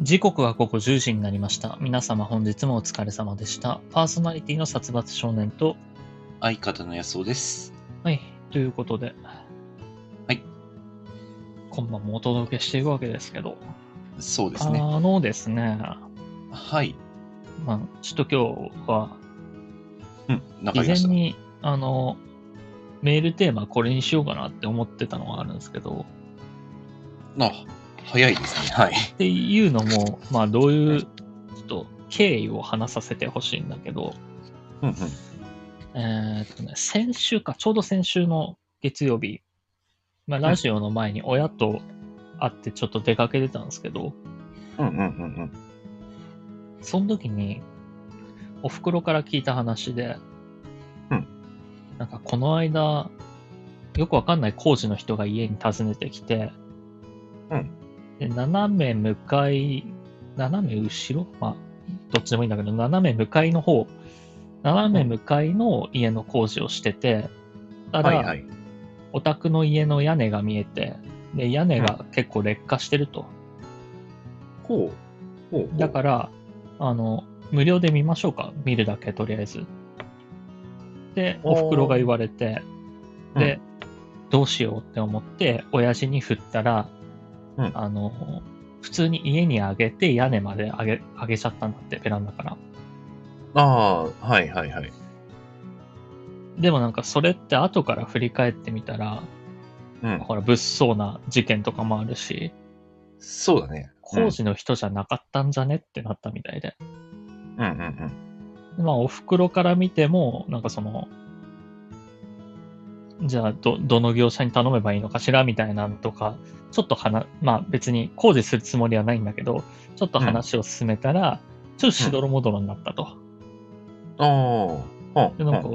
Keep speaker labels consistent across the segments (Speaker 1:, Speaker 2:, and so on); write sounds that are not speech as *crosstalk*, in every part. Speaker 1: 時刻は午後10時になりました。皆様本日もお疲れ様でした。パーソナリティの殺伐少年と、
Speaker 2: 相方の安尾です。
Speaker 1: はい、ということで、
Speaker 2: はい。
Speaker 1: 今晩もお届けしていくわけですけど、
Speaker 2: そうですね。
Speaker 1: あのですね、
Speaker 2: はい。
Speaker 1: まあ、ちょっと今日は、
Speaker 2: うん、なんか
Speaker 1: 事
Speaker 2: ありま
Speaker 1: 前
Speaker 2: した。
Speaker 1: に、あの、メールテーマこれにしようかなって思ってたのがあるんですけど、
Speaker 2: あ、早いですね。はい。
Speaker 1: っていうのも、まあ、どういう、ちょっと、経緯を話させてほしいんだけど、
Speaker 2: うんうん。
Speaker 1: えーっとね、先週か、ちょうど先週の月曜日、まあ、
Speaker 2: ん
Speaker 1: ラジオの前に親と会ってちょっと出かけてたんですけど、
Speaker 2: うんうんうん
Speaker 1: その時に、お袋から聞いた話で、
Speaker 2: うん
Speaker 1: なんかこの間、よくわかんない工事の人が家に訪ねてきて、
Speaker 2: うん
Speaker 1: で斜め向かい、斜め後ろまあ、どっちでもいいんだけど、斜め向かいの方、斜め向かいの家の工事をしてて、
Speaker 2: う
Speaker 1: た
Speaker 2: ん。
Speaker 1: だ、
Speaker 2: はいはい。
Speaker 1: お宅の家の屋根が見えて、で、屋根が結構劣化してると。
Speaker 2: こう。ほう。。
Speaker 1: だからら、あの、無料で見ましょうか。見るだけ、とりあえず。で、
Speaker 2: お
Speaker 1: お
Speaker 2: ー
Speaker 1: 袋が言われて、
Speaker 2: うん
Speaker 1: で、どうしようって思って、親父に振ったら、
Speaker 2: うん
Speaker 1: あの、普通に家にあげて、屋根まであげ、あげちゃったんだって、ベランダから。
Speaker 2: ああ、はいはいはい。
Speaker 1: でもなんか、それって後から振り返ってみたら、
Speaker 2: うん。
Speaker 1: ほら、物騒な事件とかもあるし、
Speaker 2: そうだね。うん
Speaker 1: 工事の人じゃなかったんじゃねってなったみたいで。
Speaker 2: うんうんうん。
Speaker 1: まあ、お袋から見ても、なんかその、じゃあど、どの業者に頼めばいいのかしらみたいなんとか、ちょっと話、まあ別に工事するつもりはないんだけど、ちょっと話を進めたら、ちょっとしどろもどろになったと。
Speaker 2: ああ。うん。
Speaker 1: で、なんか、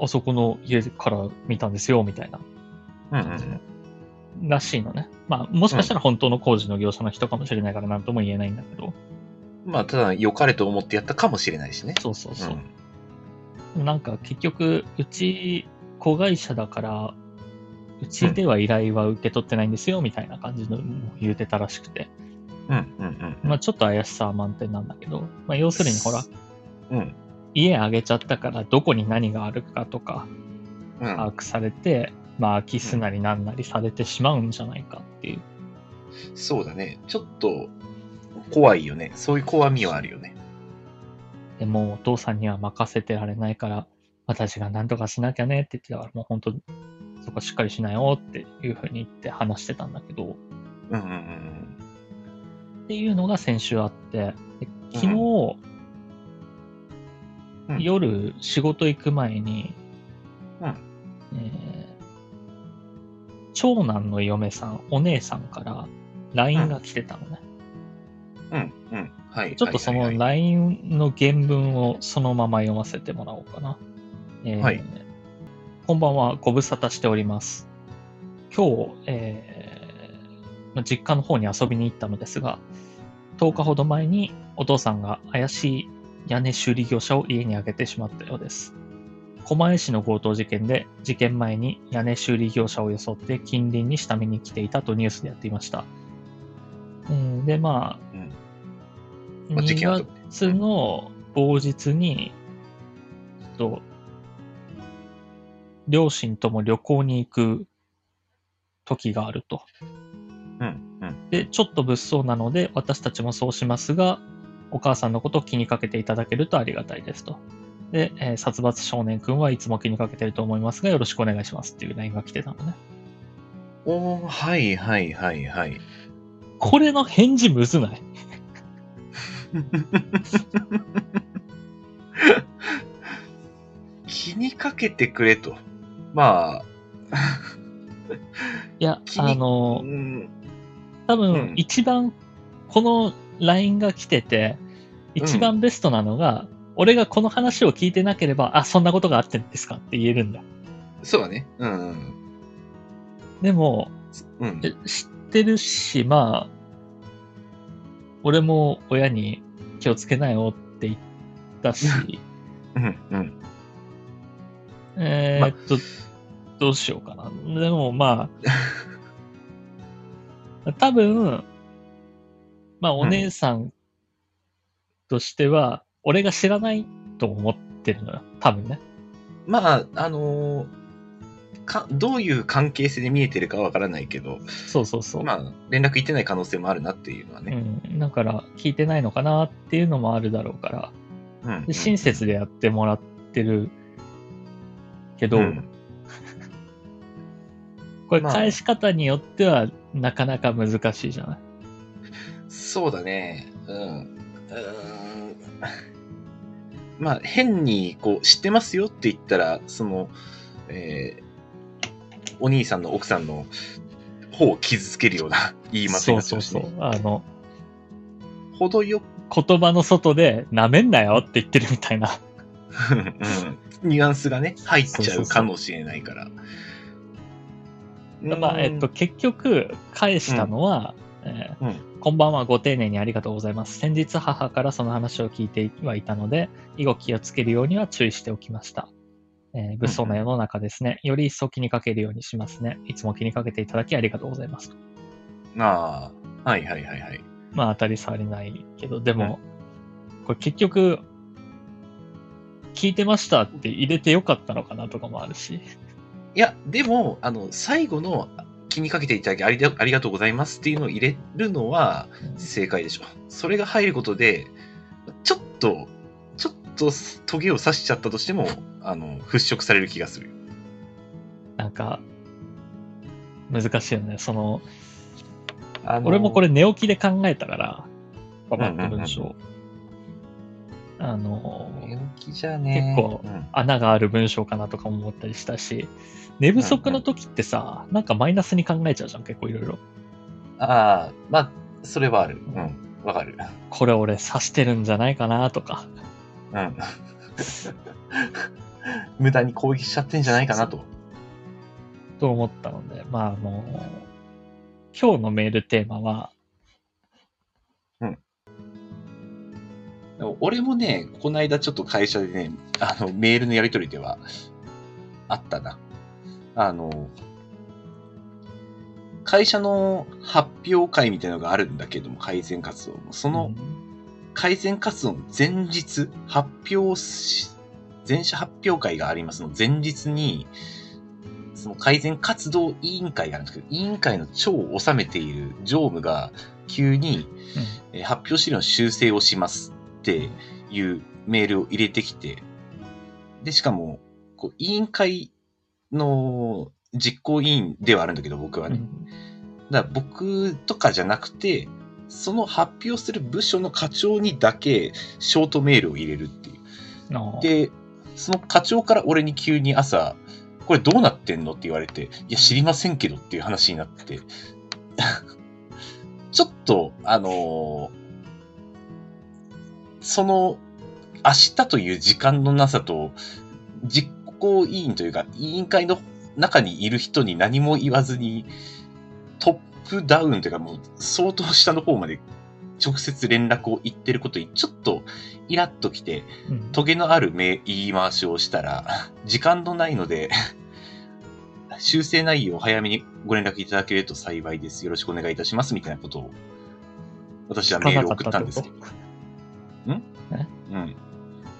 Speaker 1: あそこの家から見たんですよ、みたいな
Speaker 2: うんうんう
Speaker 1: 感じの
Speaker 2: ん。
Speaker 1: らしいのね。まあ、もしかしたら本当の工事の業者の人かもしれないから、なんとも言えないんだけど、
Speaker 2: まあ、ただ、良かれと思ってやったかもしれないしね。
Speaker 1: そうそうそうう。
Speaker 2: ん。
Speaker 1: なんか結局、うち子会社だから、うちでは依頼は受け取ってないんですよ、みたいな感じの言うてたらしくて。
Speaker 2: うんうんうん。
Speaker 1: まあちょっと怪しさは満点なんだけど、まあ要するにほら、
Speaker 2: うん。
Speaker 1: 家あげちゃったからどこに何があるかとか
Speaker 2: うん。
Speaker 1: 把握されて、まあ空き巣なりなんなりされてしまうんじゃないかっていう。
Speaker 2: そうだね。ちょっと、怖いよね。そういう怖みはあるよね。
Speaker 1: でもうお父さんには任せてられないから、私が何とかしなきゃねって言ってたから、もう本当、そこしっかりしなよっていうふうに言って話してたんだけど、
Speaker 2: うんうんうん
Speaker 1: っていうのが先週あって、で昨日、
Speaker 2: ううん
Speaker 1: 夜仕事行く前に、
Speaker 2: うん
Speaker 1: えー長男の嫁さん、お姉さんから LINE が来てたのね。
Speaker 2: うん。うんうん。はい。
Speaker 1: ちょっとそ
Speaker 2: はい
Speaker 1: の
Speaker 2: はいはい
Speaker 1: LINE の原文をそのまま読ませてもらおうかな。えー
Speaker 2: はい
Speaker 1: こんばんは、ご無沙汰しております。今日、えーまあ実家の方に遊びに行ったのですが、10日ほど前にお父さんが怪しい屋根修理業者を家にあげてしまったようです。狛江市の強盗事件で、事件前に屋根修理業者を装って近隣に下見に来ていたとニュースでやっていました。えーで、まあ、
Speaker 2: うんまあ事
Speaker 1: 2
Speaker 2: 件あったもんね
Speaker 1: 月の某日に、ちょっと、両親とも旅行に行く時があると。
Speaker 2: うんうん。
Speaker 1: で、ちょっと物騒なので、私たちもそうしますが、お母さんのことを気にかけていただけるとありがたいですと。で、えー殺伐少年くんはいつも気にかけてると思いますが、よろしくお願いしますっていう LINE が来てたのね。
Speaker 2: おー、はいはいはい
Speaker 1: *laughs*
Speaker 2: はい。
Speaker 1: これの返事むずない
Speaker 2: 気にかけてくれと。ま
Speaker 1: いや、
Speaker 2: 気に
Speaker 1: あ
Speaker 2: あ、
Speaker 1: の
Speaker 2: う、ん、
Speaker 1: 多
Speaker 2: う
Speaker 1: 分
Speaker 2: ん
Speaker 1: 一番、この LINE が来てて、一番ベストなのが、俺がこの話を聞いてなければ、あ、そんなことがあってんですかって言えるんだ。
Speaker 2: そうだね。うん。
Speaker 1: でも、
Speaker 2: うん。
Speaker 1: え知ってるし、まあ、俺も親に気をつけなよって言った
Speaker 2: *laughs*
Speaker 1: し、
Speaker 2: うん。うん。
Speaker 1: えーっと、どうしようかな。でもまあ、多分、まあ、お姉さんとしては、俺が知らないと思ってるのよ。多分ね。
Speaker 2: まあ、あのーか、どういう関係性で見えてるかわからないけど、
Speaker 1: そうそうそう。
Speaker 2: まあ、連絡いってない可能性もあるなっていうのは
Speaker 1: う
Speaker 2: ね。
Speaker 1: ん。だから、聞いてないのかなっていうのもあるだろうから。
Speaker 2: うん。
Speaker 1: で親切でやってもらってるけど、
Speaker 2: うん
Speaker 1: これ
Speaker 2: まあ
Speaker 1: 返し方によってはなかなか難しいじゃない。
Speaker 2: そうだね。うん。 *laughs* うーんまあ、変に、こう、知ってますよって言ったら、その、えーお兄さんの奥さんの方を傷つけるような *laughs* 言いません
Speaker 1: そうそうそう。あの、*laughs*
Speaker 2: 程よく、
Speaker 1: 言葉の外で舐めんなよって言ってるみたいな。
Speaker 2: うん、ニュアンスがね、入っちゃうかもしれないから。
Speaker 1: *laughs* まあ、えっと、結局、返したのは、えー
Speaker 2: う
Speaker 1: こんばんは、ご丁寧にありがとうございます。先日、母からその話を聞いてはいたので、以後気をつけるようには注意しておきました。えー物騒な世の中ですね。より一層気にかけるようにしますね。いつも気にかけていただきありがとうございます。
Speaker 2: うん。ああ、はいはいはいはい。
Speaker 1: まあ、当たり障りないけど、でも、これ結局、聞いてましたって入れてよかったのかなとかもあるし。
Speaker 2: いや、でも、あの、最後の気にかけていただきありがありがとうございますっていうのを入れるのは正解でしょ。それが入ることで、ちょっと、ちょっとトゲを刺しちゃったとしても、あの、払拭される気がする。
Speaker 1: なんか、難しいよね。その、
Speaker 2: あの
Speaker 1: 俺もこれ、寝起きで考えたから、パパッと
Speaker 2: うんうんうん
Speaker 1: 文章。あの、
Speaker 2: 寝起きじゃね。
Speaker 1: 結構
Speaker 2: うん
Speaker 1: 穴がある文章かなとかも思ったりしたし、寝不足の時ってさ、なんかマイナスに考えちゃうじゃん、結構いろいろ。
Speaker 2: ああ、まあ、それはある。うん、わかる。
Speaker 1: これ俺刺してるんじゃないかなとか。
Speaker 2: うん。 *laughs* 無駄に攻撃しちゃってんじゃないかなと。
Speaker 1: と思ったので、まあ、あの、今日のメールテーマは、
Speaker 2: でも俺もね、この間ちょっと会社でね、あの、メールのやりとりでは、あったな。あの、会社の発表会みたいなのがあるんだけども、改善活動の。その
Speaker 1: うん
Speaker 2: 改善活動の前日、発表し、前者発表会がありますの、前日に、その改善活動委員会があるんですけど、委員会の長を収めている常務が急に、えー発表資料の修正をしますっていうメールを入れてきて、で、しかも、こう、委員会の実行委員ではあるんだけど、僕は
Speaker 1: う
Speaker 2: ね。
Speaker 1: ん
Speaker 2: だから僕とかじゃなくて、その発表する部署の課長にだけショートメールを入れるっていう。
Speaker 1: の
Speaker 2: で、その課長から俺に急に朝、これどうなってんのって言われて、いや、知りませんけどっていう話になって、 *laughs* ちょっと、あのーその、明日という時間のなさと、実行委員というか、委員会の中にいる人に何も言わずに、トップダウンというか、もう相当下の方まで直接連絡を言ってることに、ちょっとイラッときて、
Speaker 1: うん
Speaker 2: トゲのある名言い回しをしたら、 *laughs* 時間のないので、 *laughs* 修正内容を早めにご連絡いただけると幸いです。よろしくお願いいたします。みたいなことを、私はメールを送ったんですけど。
Speaker 1: 聞かなかっ
Speaker 2: うん。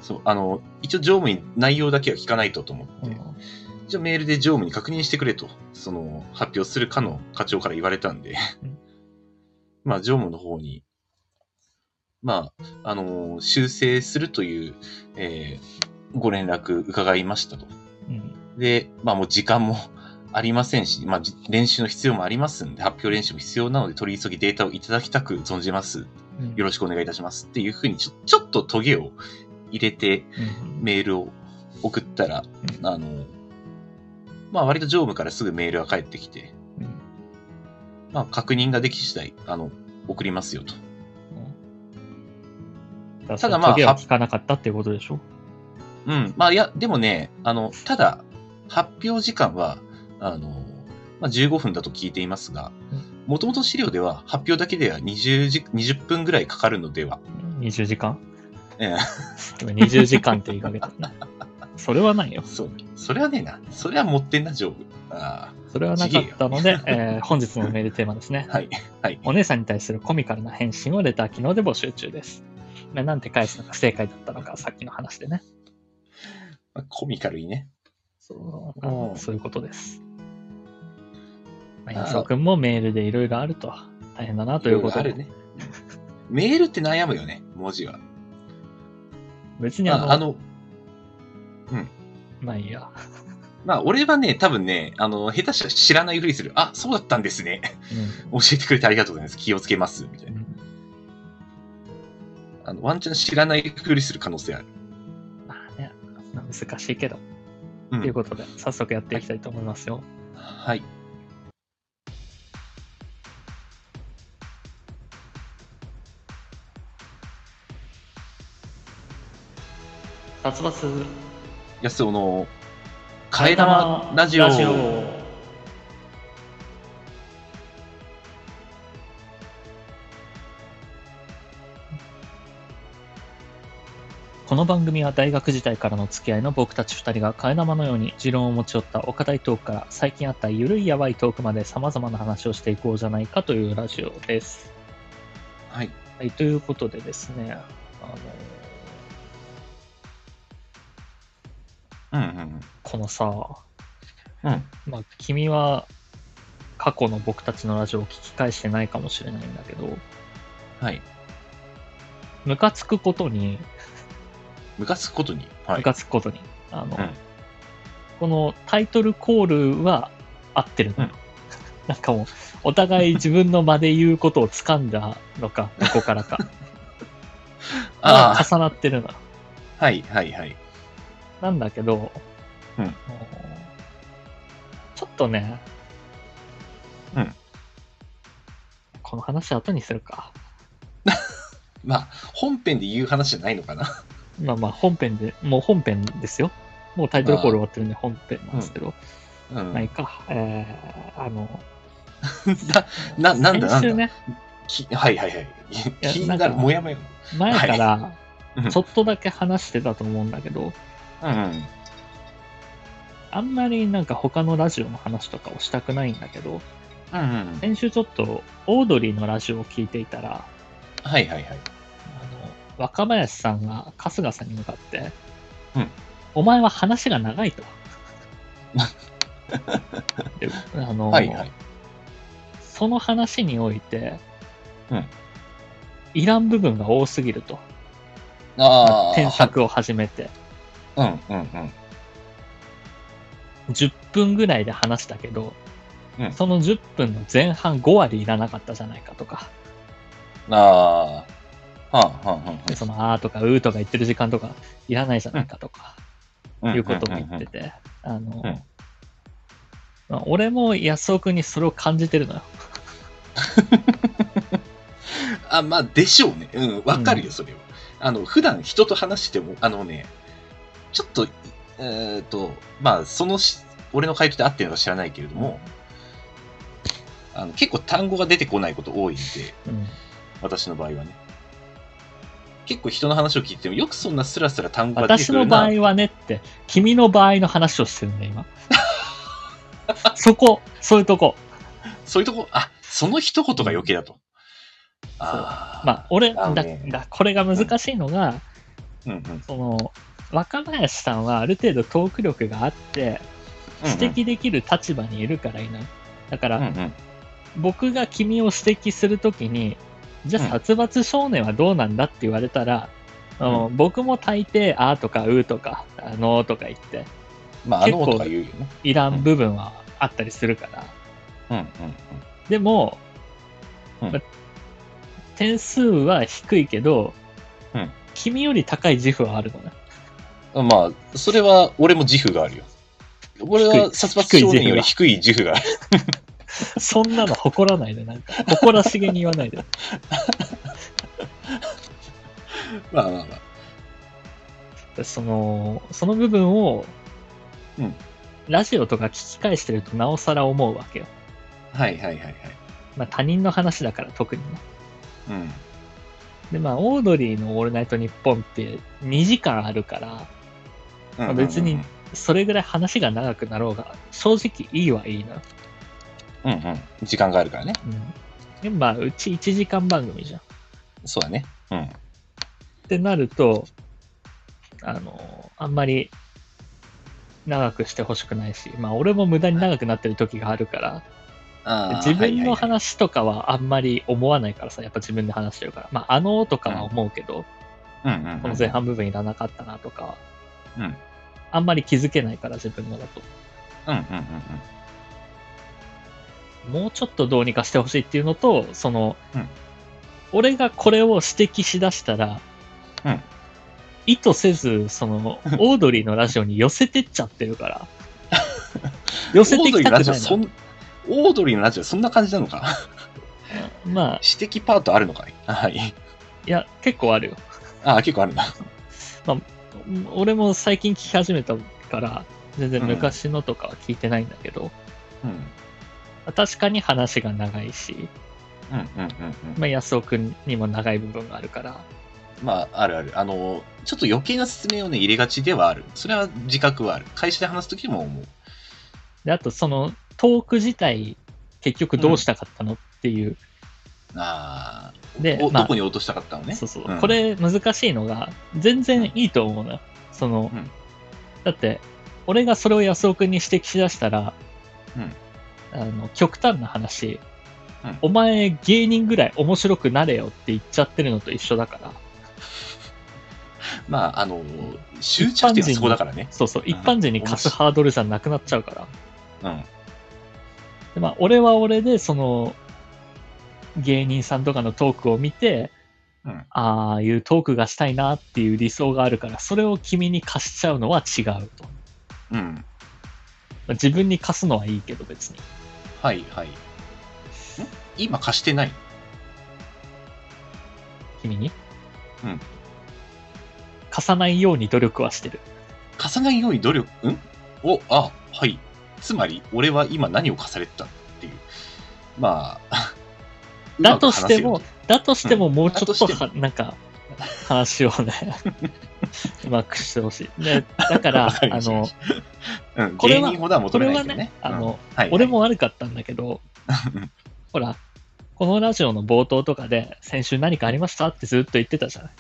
Speaker 2: そう、あの、一応常務に内容だけは聞かないとと思って
Speaker 1: こと
Speaker 2: て、一応メールで常務に確認してくれと、その、発表するかの課長から言われたんで
Speaker 1: うん、
Speaker 2: まあ、常務の方に、まあ、あの修正するという、えーご連絡伺いましたと。
Speaker 1: うんうん
Speaker 2: で、まあもう時間も *laughs* ありませんし、まあじ練習の必要もありますんで、発表練習も必要なので、取り急ぎデータをいただきたく存じます。
Speaker 1: うん
Speaker 2: よろしくお願いいたします。っていうふうにちょ、ちょっとトゲを入れて
Speaker 1: うん
Speaker 2: メールを送ったら、
Speaker 1: うん
Speaker 2: あの、まあ割と常務からすぐメールが返ってきて、
Speaker 1: うん
Speaker 2: まあ確認ができ次第、あの、送りますよと。
Speaker 1: た
Speaker 2: た
Speaker 1: だま
Speaker 2: だま
Speaker 1: あ、
Speaker 2: あ
Speaker 1: トゲは聞かなかったっていうことでしょ
Speaker 2: うん。まあ、いや、でもね、あの、ただ、発表時間は、あの、まあ、15分だと聞いていますが、もともと資料では発表だけでは20時、20分ぐらいかかるのでは。
Speaker 1: ?20 時間
Speaker 2: ええ
Speaker 1: ?20 時間って言いかけたね。それはないよ。
Speaker 2: そう。それはねえな。それは持ってんな、ジョブ。あ
Speaker 1: それはなかったので、えー本日のメールテーマですね
Speaker 2: あ。。はい。はい。
Speaker 1: お姉さんに対するコミカルな返信をレター機能で募集中です。まあなんて返すのが正解だったのか、さっきの話でね。
Speaker 2: まあコミカルにね。
Speaker 1: そう
Speaker 2: あの
Speaker 1: そういうことです。まあ、
Speaker 2: ああ
Speaker 1: 安尾くんもメールでいろいろあると大変だなということ
Speaker 2: あ
Speaker 1: で、
Speaker 2: るね。メールって悩むよね、文字は。
Speaker 1: 別にあの、
Speaker 2: ああの、
Speaker 1: まあいいや。
Speaker 2: まあ、俺はね、多分ね、あの、下手したら知らないふりする。あ、そうだったんですね。 *laughs* 教えてくれてありがとうございます。気をつけます。みた
Speaker 1: う
Speaker 2: い
Speaker 1: ん
Speaker 2: な。あの、ワンチャン知らないふりする可能性ある。
Speaker 1: まあね、まあ難しいけど、
Speaker 2: う。
Speaker 1: というんことで、早速やっていきたいと思いますよ。
Speaker 2: はい。
Speaker 1: 殺伐
Speaker 2: 安尾の、替え玉ラジオ。
Speaker 1: この番組は大学時代からの付き合いの僕たち2人が替え玉のように持論を持ち寄ったお堅いトークから最近あったゆるいやばいトークまで様々な話をしていこうじゃないかというラジオです。
Speaker 2: はい。
Speaker 1: はい、ということでですね、あの
Speaker 2: うんうん
Speaker 1: このさ、
Speaker 2: うん。うん。
Speaker 1: まあ、君は過去の僕たちのラジオを聞き返してないかもしれないんだけど、
Speaker 2: はい。
Speaker 1: ムカつくことに、
Speaker 2: ムカつくことに。は
Speaker 1: ム
Speaker 2: い。
Speaker 1: カつくことに、あの、
Speaker 2: うん
Speaker 1: このタイトルコールは合ってるのよ。
Speaker 2: うん
Speaker 1: *laughs* なんかもう、お互い自分の間で言うことを掴んだの
Speaker 2: *laughs*
Speaker 1: か、どこからか。
Speaker 2: ああ、
Speaker 1: 重なってるのよ。
Speaker 2: はいはいはい。
Speaker 1: なんだけど、
Speaker 2: う
Speaker 1: あ
Speaker 2: ん
Speaker 1: のちょっとね、
Speaker 2: うん
Speaker 1: この話後にするか。
Speaker 2: まあ、本編で言う話じゃないのかな。
Speaker 1: まあまあ本編で、もう本編ですよ。もうタイトルコール終わってるんで本編なんですけど、
Speaker 2: う
Speaker 1: まあいい
Speaker 2: ん。
Speaker 1: か。えー、あの、
Speaker 2: *laughs* な、な、なんだなん
Speaker 1: 先週
Speaker 2: だ。
Speaker 1: ね、
Speaker 2: きはいはいはい。
Speaker 1: や
Speaker 2: 気に
Speaker 1: な
Speaker 2: なんる、
Speaker 1: か
Speaker 2: もやもや。
Speaker 1: 前から
Speaker 2: うん
Speaker 1: ちょっとだけ話してたと思うんだけど、
Speaker 2: うんうん。
Speaker 1: あんまりなんか他のラジオの話とかをしたくないんだけど、
Speaker 2: うんうん。
Speaker 1: 先週ちょっとオードリーのラジオを聞いていたら、
Speaker 2: はいはいはい。
Speaker 1: あの若林さんが春日さんに向かって、
Speaker 2: うん
Speaker 1: お前は話が長い
Speaker 2: *laughs*
Speaker 1: と。であの、
Speaker 2: はいはい。
Speaker 1: その話において、
Speaker 2: うん
Speaker 1: いらん部分が多すぎると。
Speaker 2: ああ。
Speaker 1: 添削を始めて。
Speaker 2: うんうんうん。
Speaker 1: 10分ぐらいで話したけど、
Speaker 2: うん
Speaker 1: その10分の前半5割いらなかったじゃないかとか、
Speaker 2: ああ。はあはあはあは
Speaker 1: でそのあーとかうーとか言ってる時間とかいらないじゃないかとか、
Speaker 2: あ。
Speaker 1: いうことを言ってて、あの、
Speaker 2: うん
Speaker 1: まあ、俺も安尾くんにそれを感じてるのよ。
Speaker 2: あ、まあ、でしょうね。うん、わかるよ、それは。あの、普段人と話しても、あのね、ちょっと、えっと、まあ、そのし、俺の回答で合ってるのか知らないけれども、あの結構単語が出てこないこと多いんで、
Speaker 1: うん
Speaker 2: 私の場合はね。結構人の話を聞いても、よくそんなスラスラ単語が出て
Speaker 1: 私
Speaker 2: くる
Speaker 1: の
Speaker 2: な
Speaker 1: 場合はねって、君の場合の話をしてるんだ
Speaker 2: *laughs*
Speaker 1: よ、今。そこ、そういうとこ。
Speaker 2: そういうとこ、あ、その一言が余計だと。ああ。
Speaker 1: まあ、俺、
Speaker 2: あ
Speaker 1: だ
Speaker 2: のね
Speaker 1: だこれが難しいのが、
Speaker 2: うんうん。
Speaker 1: その、若林さんはある程度トーク力があって、指摘できる立場にいるからいない。だか
Speaker 2: うん
Speaker 1: ら、
Speaker 2: うん。
Speaker 1: 僕が君を指摘するときに、じゃあ
Speaker 2: うん
Speaker 1: 殺伐少年はどうなんだって言われたら、あの僕も大抵、あーとか、うーとか、あのーとか言って、
Speaker 2: まあ、あの
Speaker 1: 結構
Speaker 2: とか言うよね。
Speaker 1: いらん部分はあったりするから。
Speaker 2: うんうん
Speaker 1: でも、
Speaker 2: うん
Speaker 1: ま点数は低いけど、
Speaker 2: うん
Speaker 1: 君より高い自負はあるのね。
Speaker 2: うん。まあ、それは俺も自負があるよ。俺は殺伐少年より低い自負がある。
Speaker 1: そんなの誇らないで、なんか、誇らしげに言わないで。
Speaker 2: *laughs* まあまあまあ。
Speaker 1: *laughs* その、その部分を、
Speaker 2: うん
Speaker 1: ラジオとか聞き返してるとなおさら思うわけよ。
Speaker 2: はいはいはいはい。
Speaker 1: まあ他人の話だから特にね。
Speaker 2: うん。
Speaker 1: で、まあ、オードリーのオールナイトニッポンって2時間あるから、
Speaker 2: うんうん
Speaker 1: 別に。それぐらい話が長くなろうが、正直いいはいいな。
Speaker 2: うんうん。時間があるからね。
Speaker 1: うん。で、まあ、うち1時間番組じゃん。っ
Speaker 2: そうだね。うん。
Speaker 1: てなると、あの、あんまり長くしてほしくないし、まあ、俺も無駄に長くなってる時があるから、
Speaker 2: あー
Speaker 1: 自分の
Speaker 2: はいはいはい
Speaker 1: 話とかはあんまり思わないからさ、やっぱ自分で話してるから。まあ、あのとかは思うけど、
Speaker 2: うんうんうん、
Speaker 1: この前半部分いらなかったなとか、
Speaker 2: うん。うん
Speaker 1: あんまり気づけないから自分のだと。
Speaker 2: うんうんうん。
Speaker 1: もうちょっとどうにかしてほしいっていうのと、その、
Speaker 2: うん
Speaker 1: 俺がこれを指摘しだしたら、
Speaker 2: うん
Speaker 1: 意図せず、そ
Speaker 2: *laughs*
Speaker 1: の、オードリーのラジオに寄せてっちゃってるから。寄せてきた
Speaker 2: オードリーのラ
Speaker 1: く
Speaker 2: ジオ
Speaker 1: ない
Speaker 2: そ
Speaker 1: の。
Speaker 2: んオードリーのラジオそんな感じなのか *laughs*
Speaker 1: まあ、
Speaker 2: 指摘パートあるのかい *laughs* はい。
Speaker 1: いや、結構あるよ。
Speaker 2: あー結構あるんだ。
Speaker 1: うん俺も最近聞き始めたから、全然昔のとかは聞いてないんだけど、
Speaker 2: うん。うん
Speaker 1: 確かに話が長いし、
Speaker 2: うんうんうん。
Speaker 1: まあ、安尾くんにも長い部分があるから、
Speaker 2: まあ、あるある。あの、ちょっと余計な説明をね、入れがちではある。それは自覚はある。会社で話すときも思う。
Speaker 1: で、あとそのトーク自体、結局どうしたかったのっていう。
Speaker 2: ああ。
Speaker 1: で
Speaker 2: お
Speaker 1: まあ
Speaker 2: どこに落としたかったのね。
Speaker 1: そうそう。
Speaker 2: うん
Speaker 1: これ難しいのが、全然いいと思うのよ。その、
Speaker 2: うん
Speaker 1: だって、俺がそれを安尾くんに指摘しだしたら、
Speaker 2: うん
Speaker 1: あの、極端な話、
Speaker 2: うん
Speaker 1: お前芸人ぐらい面白くなれよって言っちゃってるのと一緒だから、
Speaker 2: まあ、あの、執着点はそこだからね。
Speaker 1: そうそう、一般人に貸すハードルじゃなくなっちゃうから。
Speaker 2: うん。
Speaker 1: でまあ、俺は俺で、その、芸人さんとかのトークを見て、
Speaker 2: うん
Speaker 1: ああいうトークがしたいなっていう理想があるから、それを君に貸しちゃうのは違うと。ま
Speaker 2: うん。
Speaker 1: あ自分に貸すのはいいけど別に。
Speaker 2: はい、はい。ん今貸してない
Speaker 1: 君に
Speaker 2: うん
Speaker 1: 貸さないように努力はしてる。
Speaker 2: 貸さないように努力、んお、あ、はい。つまり、俺は今何を貸されてたっていう。まあ、
Speaker 1: だとしても、だとしてももうちょっと
Speaker 2: だと
Speaker 1: は、なんか、話をね、
Speaker 2: *laughs*
Speaker 1: うまくしてほしい。でだから、あ
Speaker 2: わかりました
Speaker 1: の、
Speaker 2: うまく話せよう、うん、
Speaker 1: これ
Speaker 2: 芸
Speaker 1: は
Speaker 2: 人ほどは求めないけどね。
Speaker 1: これはねあの
Speaker 2: うんはいはい
Speaker 1: 俺
Speaker 2: *laughs*
Speaker 1: も悪かったんだけど、ほら、このラジオの冒頭とかで、先週何かありましたってずっと言ってたじゃない。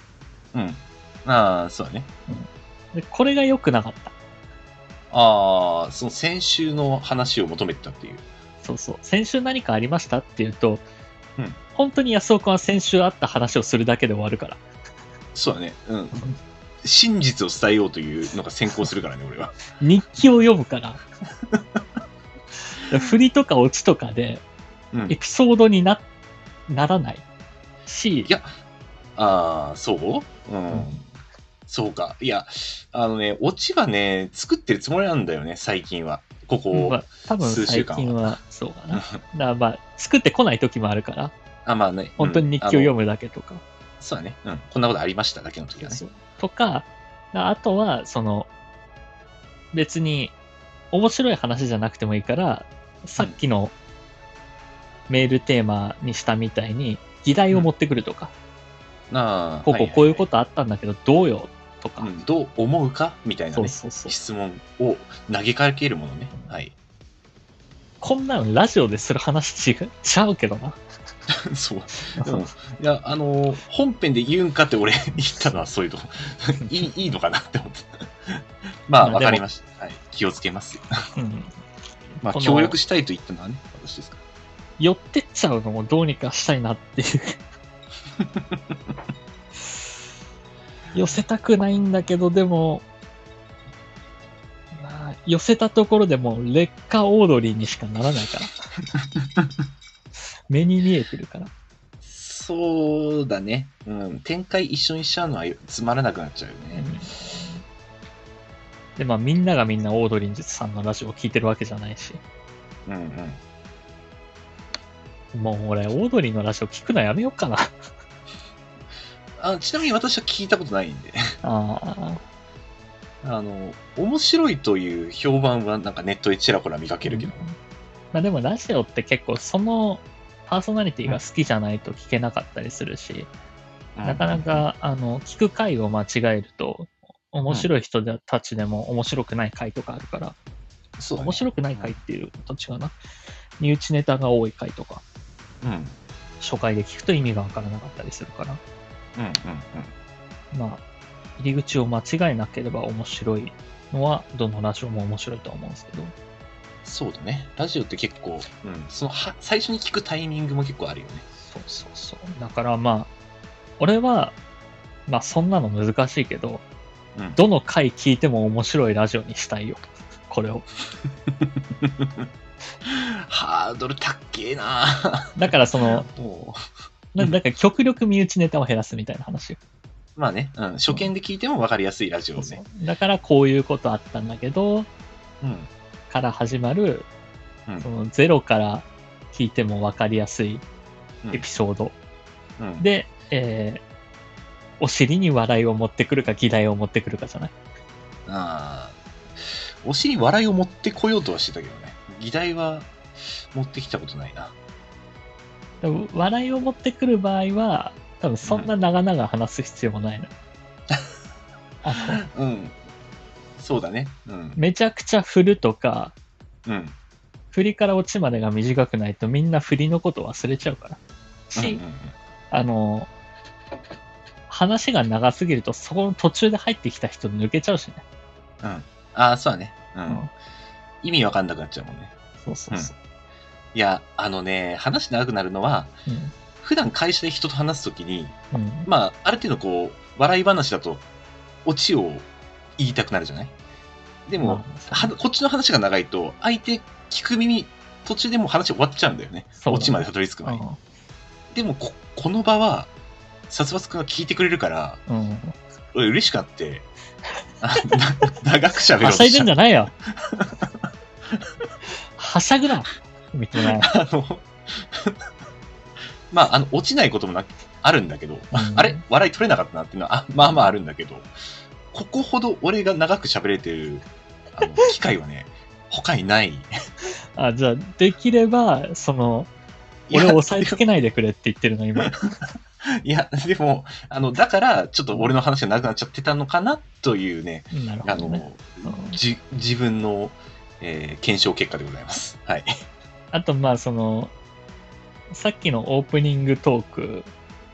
Speaker 2: うん。ああ、そうだね。
Speaker 1: でこれが良くなかった。
Speaker 2: ああ、その先週の話を求めてたっていう。
Speaker 1: そうそう。先週何かありましたっていうと、
Speaker 2: うん
Speaker 1: 本当に安岡は先週あった話をするだけで終わるから。
Speaker 2: そうだね。うん。真実を伝えようというのが先行するから
Speaker 1: *laughs*
Speaker 2: ね、俺は。
Speaker 1: 日記を読む
Speaker 2: *laughs*
Speaker 1: から。で振りとかオチとかで、
Speaker 2: うん
Speaker 1: エ。ピソードにな、ならないし
Speaker 2: い、や、ああ、そううん。そうか。いや、あのね、オチはね、作ってるつもりなんだよね、最近は。ここ。
Speaker 1: まあ、多分
Speaker 2: 数
Speaker 1: 最
Speaker 2: 週間
Speaker 1: 近はそう
Speaker 2: *laughs*
Speaker 1: かな。だからまあ、作ってこない時もあるから、
Speaker 2: あ、まあね。
Speaker 1: 本当に日記を
Speaker 2: うんあ
Speaker 1: 読
Speaker 2: の
Speaker 1: むだけとか。
Speaker 2: そうだね。うん。こんなことありましただけの時はね。
Speaker 1: そうとか、あとは、その、別に面白い話じゃなくてもいいから、さっきのメールテーマにしたみたいに、議題を持ってくるとか、
Speaker 2: なあ。
Speaker 1: こ
Speaker 2: は
Speaker 1: こ
Speaker 2: はは
Speaker 1: こういうことあったんだけど、どうよとか、
Speaker 2: うんどう思うかみたいな
Speaker 1: そう
Speaker 2: ね。
Speaker 1: そうそう。
Speaker 2: 質問を投げかけるものね。はい。 *laughs*
Speaker 1: こんなのラジオでする話違う *laughs* ちゃうけどな。
Speaker 2: そう。うん。いや、あのー本編で言うんかって俺 *laughs* 言ったのはそういうとこ。いい、いいのかなって思って。
Speaker 1: ま
Speaker 2: まあ、
Speaker 1: あでも
Speaker 2: わかりました。はい。気をつけますよ。
Speaker 1: うん
Speaker 2: まあ、
Speaker 1: この
Speaker 2: 協力したいと言ったのはね、私ですから。
Speaker 1: 寄ってっちゃうのもどうにかしたいなっていう。 *laughs* 寄せたくないんだけど、でも、まあ、寄せたところでもう劣化オードリーにしかならない
Speaker 2: *laughs*
Speaker 1: から。目に見えてるから。
Speaker 2: そうだね。うん。展開一緒にしちゃうのはつまらなくなっちゃうよね。
Speaker 1: で、まあみんながみんなオードリーさんのラジオを聞いてるわけじゃないし、
Speaker 2: うんうん。
Speaker 1: もう俺、オードリーのラジオ聞くのやめようかな。
Speaker 2: あちなみに私は聞いたことないんで、 *laughs*
Speaker 1: ああ、
Speaker 2: あの、面白いという評判はなんかネットでちらほら見かけるけど。
Speaker 1: まあでもラジオって結構そのパーソナリティが好きじゃないと聞けなかったりするし、なかなかあの聞く回を間違えると面白い人でたちでも面白くない回とかあるから、
Speaker 2: そうだね、
Speaker 1: 面白くない回っていうと違うな。身内ネタが多い回とか、
Speaker 2: うん。うんうん
Speaker 1: 初回で聞くと意味がわからなかったりするから、
Speaker 2: うん。
Speaker 1: まあ、入り口を間違えなければ面白いのは、どのラジオも面白いとは思うんですけど、
Speaker 2: そうだね。ラジオって結構、うん、そのは最初に聞くタイミングも結構あるよね。
Speaker 1: そうそうそう。だからまあ、俺は、まあそんなの難しいけど、
Speaker 2: うん
Speaker 1: どの回聞いても面白いラジオにしたいよ。これを。
Speaker 2: ハードル高えな
Speaker 1: だからそ
Speaker 2: *laughs*
Speaker 1: の、
Speaker 2: も
Speaker 1: なだから極力身内ネタを減らすみたいな話よ。
Speaker 2: う、まあね、うん、初見で聞いても分かりやすいラジオをね。
Speaker 1: だからこういうことあったんだけど、
Speaker 2: うん。
Speaker 1: から始まる、
Speaker 2: うん
Speaker 1: そのゼロから聞いても分かりやすいエピソード。
Speaker 2: うん、
Speaker 1: で、えーお尻に笑いを持ってくるか議題を持ってくるかじゃない
Speaker 2: ああ。お尻笑いを持ってこようとはしてたけどね。議題は持ってきたことないな。
Speaker 1: でも笑いを持ってくる場合は、多分そんな長々話す必要もないの。あの
Speaker 2: うん。そうだね。うん。
Speaker 1: めちゃくちゃ振るとか、
Speaker 2: うん。
Speaker 1: 振りから落ちまでが短くないとみんな振りのこと忘れちゃうから。し、
Speaker 2: うんうんうん
Speaker 1: あの、話が長すぎるとそこの途中で入ってきた人抜けちゃうしね。
Speaker 2: ああ、そうだね。うん。
Speaker 1: うん
Speaker 2: 意味わかんなくなっちゃうもんね。
Speaker 1: そうそうそう。
Speaker 2: いや、あのね、話長くなるのは、普段会社で人と話すときに、
Speaker 1: うん。うん
Speaker 2: まあ、ある程度こう、笑い話だと、オチを言いたくなるじゃないでも、
Speaker 1: まあそう
Speaker 2: はこっちの話が長いと、相手聞く耳、途中でもう話終わっちゃうんだよね。
Speaker 1: そうだね
Speaker 2: オチまでたどり着く前に。
Speaker 1: う
Speaker 2: でもこ、この場は、殺伐くんが聞いてくれるから、
Speaker 1: んうん。
Speaker 2: 俺嬉しくなって、あな *laughs* 長く喋ろ
Speaker 1: は
Speaker 2: う
Speaker 1: しゃ
Speaker 2: と
Speaker 1: いでんじ
Speaker 2: し
Speaker 1: ゃないよ。はしゃぐな。みたいな。
Speaker 2: た。あの、 *laughs* まあ、あの、落ちないこともなあるんだけど、あれ笑い取れなかったなっていうのは、あまあまああるんだけど、ここほど俺が長く喋れてるあ
Speaker 1: *laughs*
Speaker 2: の機会はね、他にない。
Speaker 1: あ、じゃあ、できれば、その、 *laughs* 俺を押さえつけないでくれって言ってるの、今。
Speaker 2: いや、でも、あの、だから、ちょっと俺の話がなくなっちゃってたのかなというね、
Speaker 1: なるほ
Speaker 2: あ
Speaker 1: ど、ね。
Speaker 2: の、
Speaker 1: うん
Speaker 2: じ、自分の、えー検証結果でございます。
Speaker 1: *laughs*
Speaker 2: はい。
Speaker 1: あと、まあ、その、さっきのオープニングトーク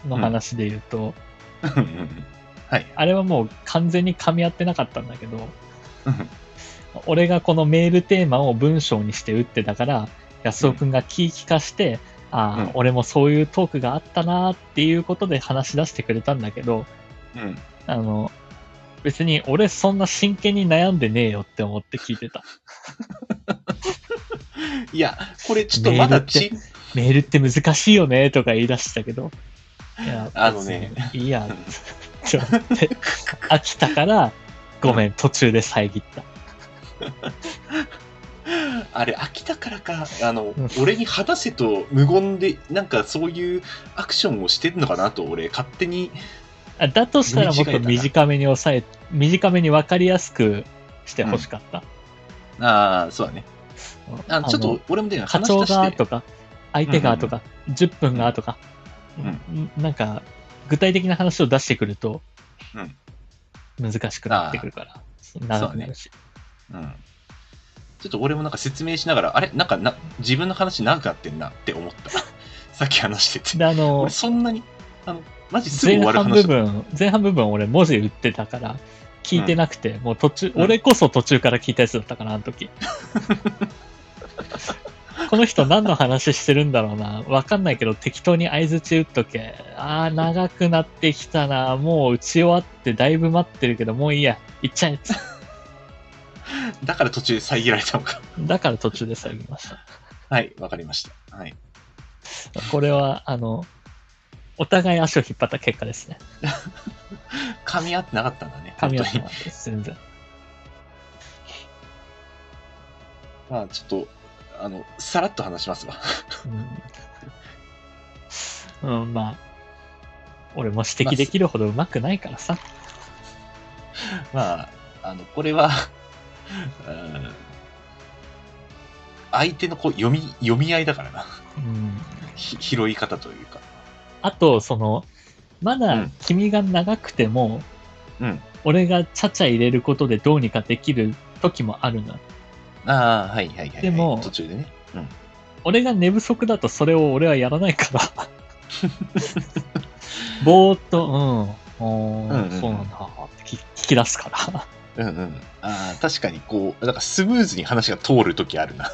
Speaker 1: の話で言うと、
Speaker 2: うんうんうんはい。
Speaker 1: あれはもう完全に噛み合ってなかったんだけど、
Speaker 2: うん
Speaker 1: 俺がこのメールテーマを文章にして打ってたから、安尾くんが聞き聞かして、ああ、
Speaker 2: うん
Speaker 1: 俺もそういうトークがあったなーっていうことで話し出してくれたんだけど、
Speaker 2: うん。
Speaker 1: あの、別に俺そんな真剣に悩んでねえよって思って聞いてた。
Speaker 2: いや、これちょっとまだ
Speaker 1: メー
Speaker 2: ち、
Speaker 1: メールって難しいよねとか言い出したけど。いや、
Speaker 2: あのね
Speaker 1: 別にいいや、ちょっと思って。飽きたから、ごめん、途中で遮った。
Speaker 2: *laughs* あれ、飽きたからか、あの
Speaker 1: うん、
Speaker 2: 俺に果たせと無言で、なんかそういうアクションをしてるのかなと、俺、勝手に、
Speaker 1: あだとしたらもっと
Speaker 2: 読み違え
Speaker 1: 短めに抑え、短めに分かりやすくしてほしかった。
Speaker 2: ああ、そうだね。
Speaker 1: あ
Speaker 2: あ
Speaker 1: の
Speaker 2: ちょっと、俺もね、
Speaker 1: 課
Speaker 2: 話し
Speaker 1: 長
Speaker 2: 出し
Speaker 1: が
Speaker 2: て、
Speaker 1: とか、相手がとか、10分がとか、んなんか、具体的な話を出してくると、難しくなってくるから、長くなるし。
Speaker 2: うん。ちょっと俺もなんか説明しながら、あれなんかな、自分の話長くなってんなって思った。 *laughs* さっき話してて。
Speaker 1: で、あの
Speaker 2: 俺、そんなに、あの、マジすぐ
Speaker 1: 前
Speaker 2: 終わる
Speaker 1: 半部
Speaker 2: 話だっ
Speaker 1: 分、前半部分俺文字打ってたから、聞いてなくて、もう途中、
Speaker 2: うん
Speaker 1: 俺こそ途中から聞いたやつだったから、あの *laughs* 時。この人何の話してるんだろうな。わかんないけど、適当に相槌打っとけ。あー、長くなってきたな。もう打ち終わってだいぶ待ってるけど、もういいや。行っちゃえ。
Speaker 2: た。だから途中で遮られたのか。 *laughs*
Speaker 1: だから途中で遮りました。
Speaker 2: はい、わかりました。はい。
Speaker 1: これは、あの、お互い足を引っ張った結果ですね。
Speaker 2: 噛み合ってなかったんだね。
Speaker 1: 噛み合って
Speaker 2: 本当に
Speaker 1: なかったです。全然。
Speaker 2: まあ、ちょっと、あの、さらっと話しますわ。
Speaker 1: うん、うん、まあ、俺も指摘できるほど上手くないからさ。
Speaker 2: まあ、あの、これは、 *laughs* うん相手のこう読み、読み合いだからな。 *laughs*
Speaker 1: うん、
Speaker 2: ひ拾い方というか。
Speaker 1: あと、その、ま
Speaker 2: う
Speaker 1: だ
Speaker 2: ん
Speaker 1: 君が長くても、
Speaker 2: うん
Speaker 1: 俺がちゃちゃ入れることでどうにかできる時もあるな。
Speaker 2: ああ、はいはいはいはい。
Speaker 1: でも
Speaker 2: 途中でね。うん。
Speaker 1: 俺が寝不足だとそれを俺はやらない
Speaker 2: *laughs*
Speaker 1: から。ぼーっと、うん、おー
Speaker 2: うんうん
Speaker 1: そうなんだって聞聞き出すから。 *laughs*
Speaker 2: うんうん。ああ、確かにこう、なんかスムーズに話が通るときあるな。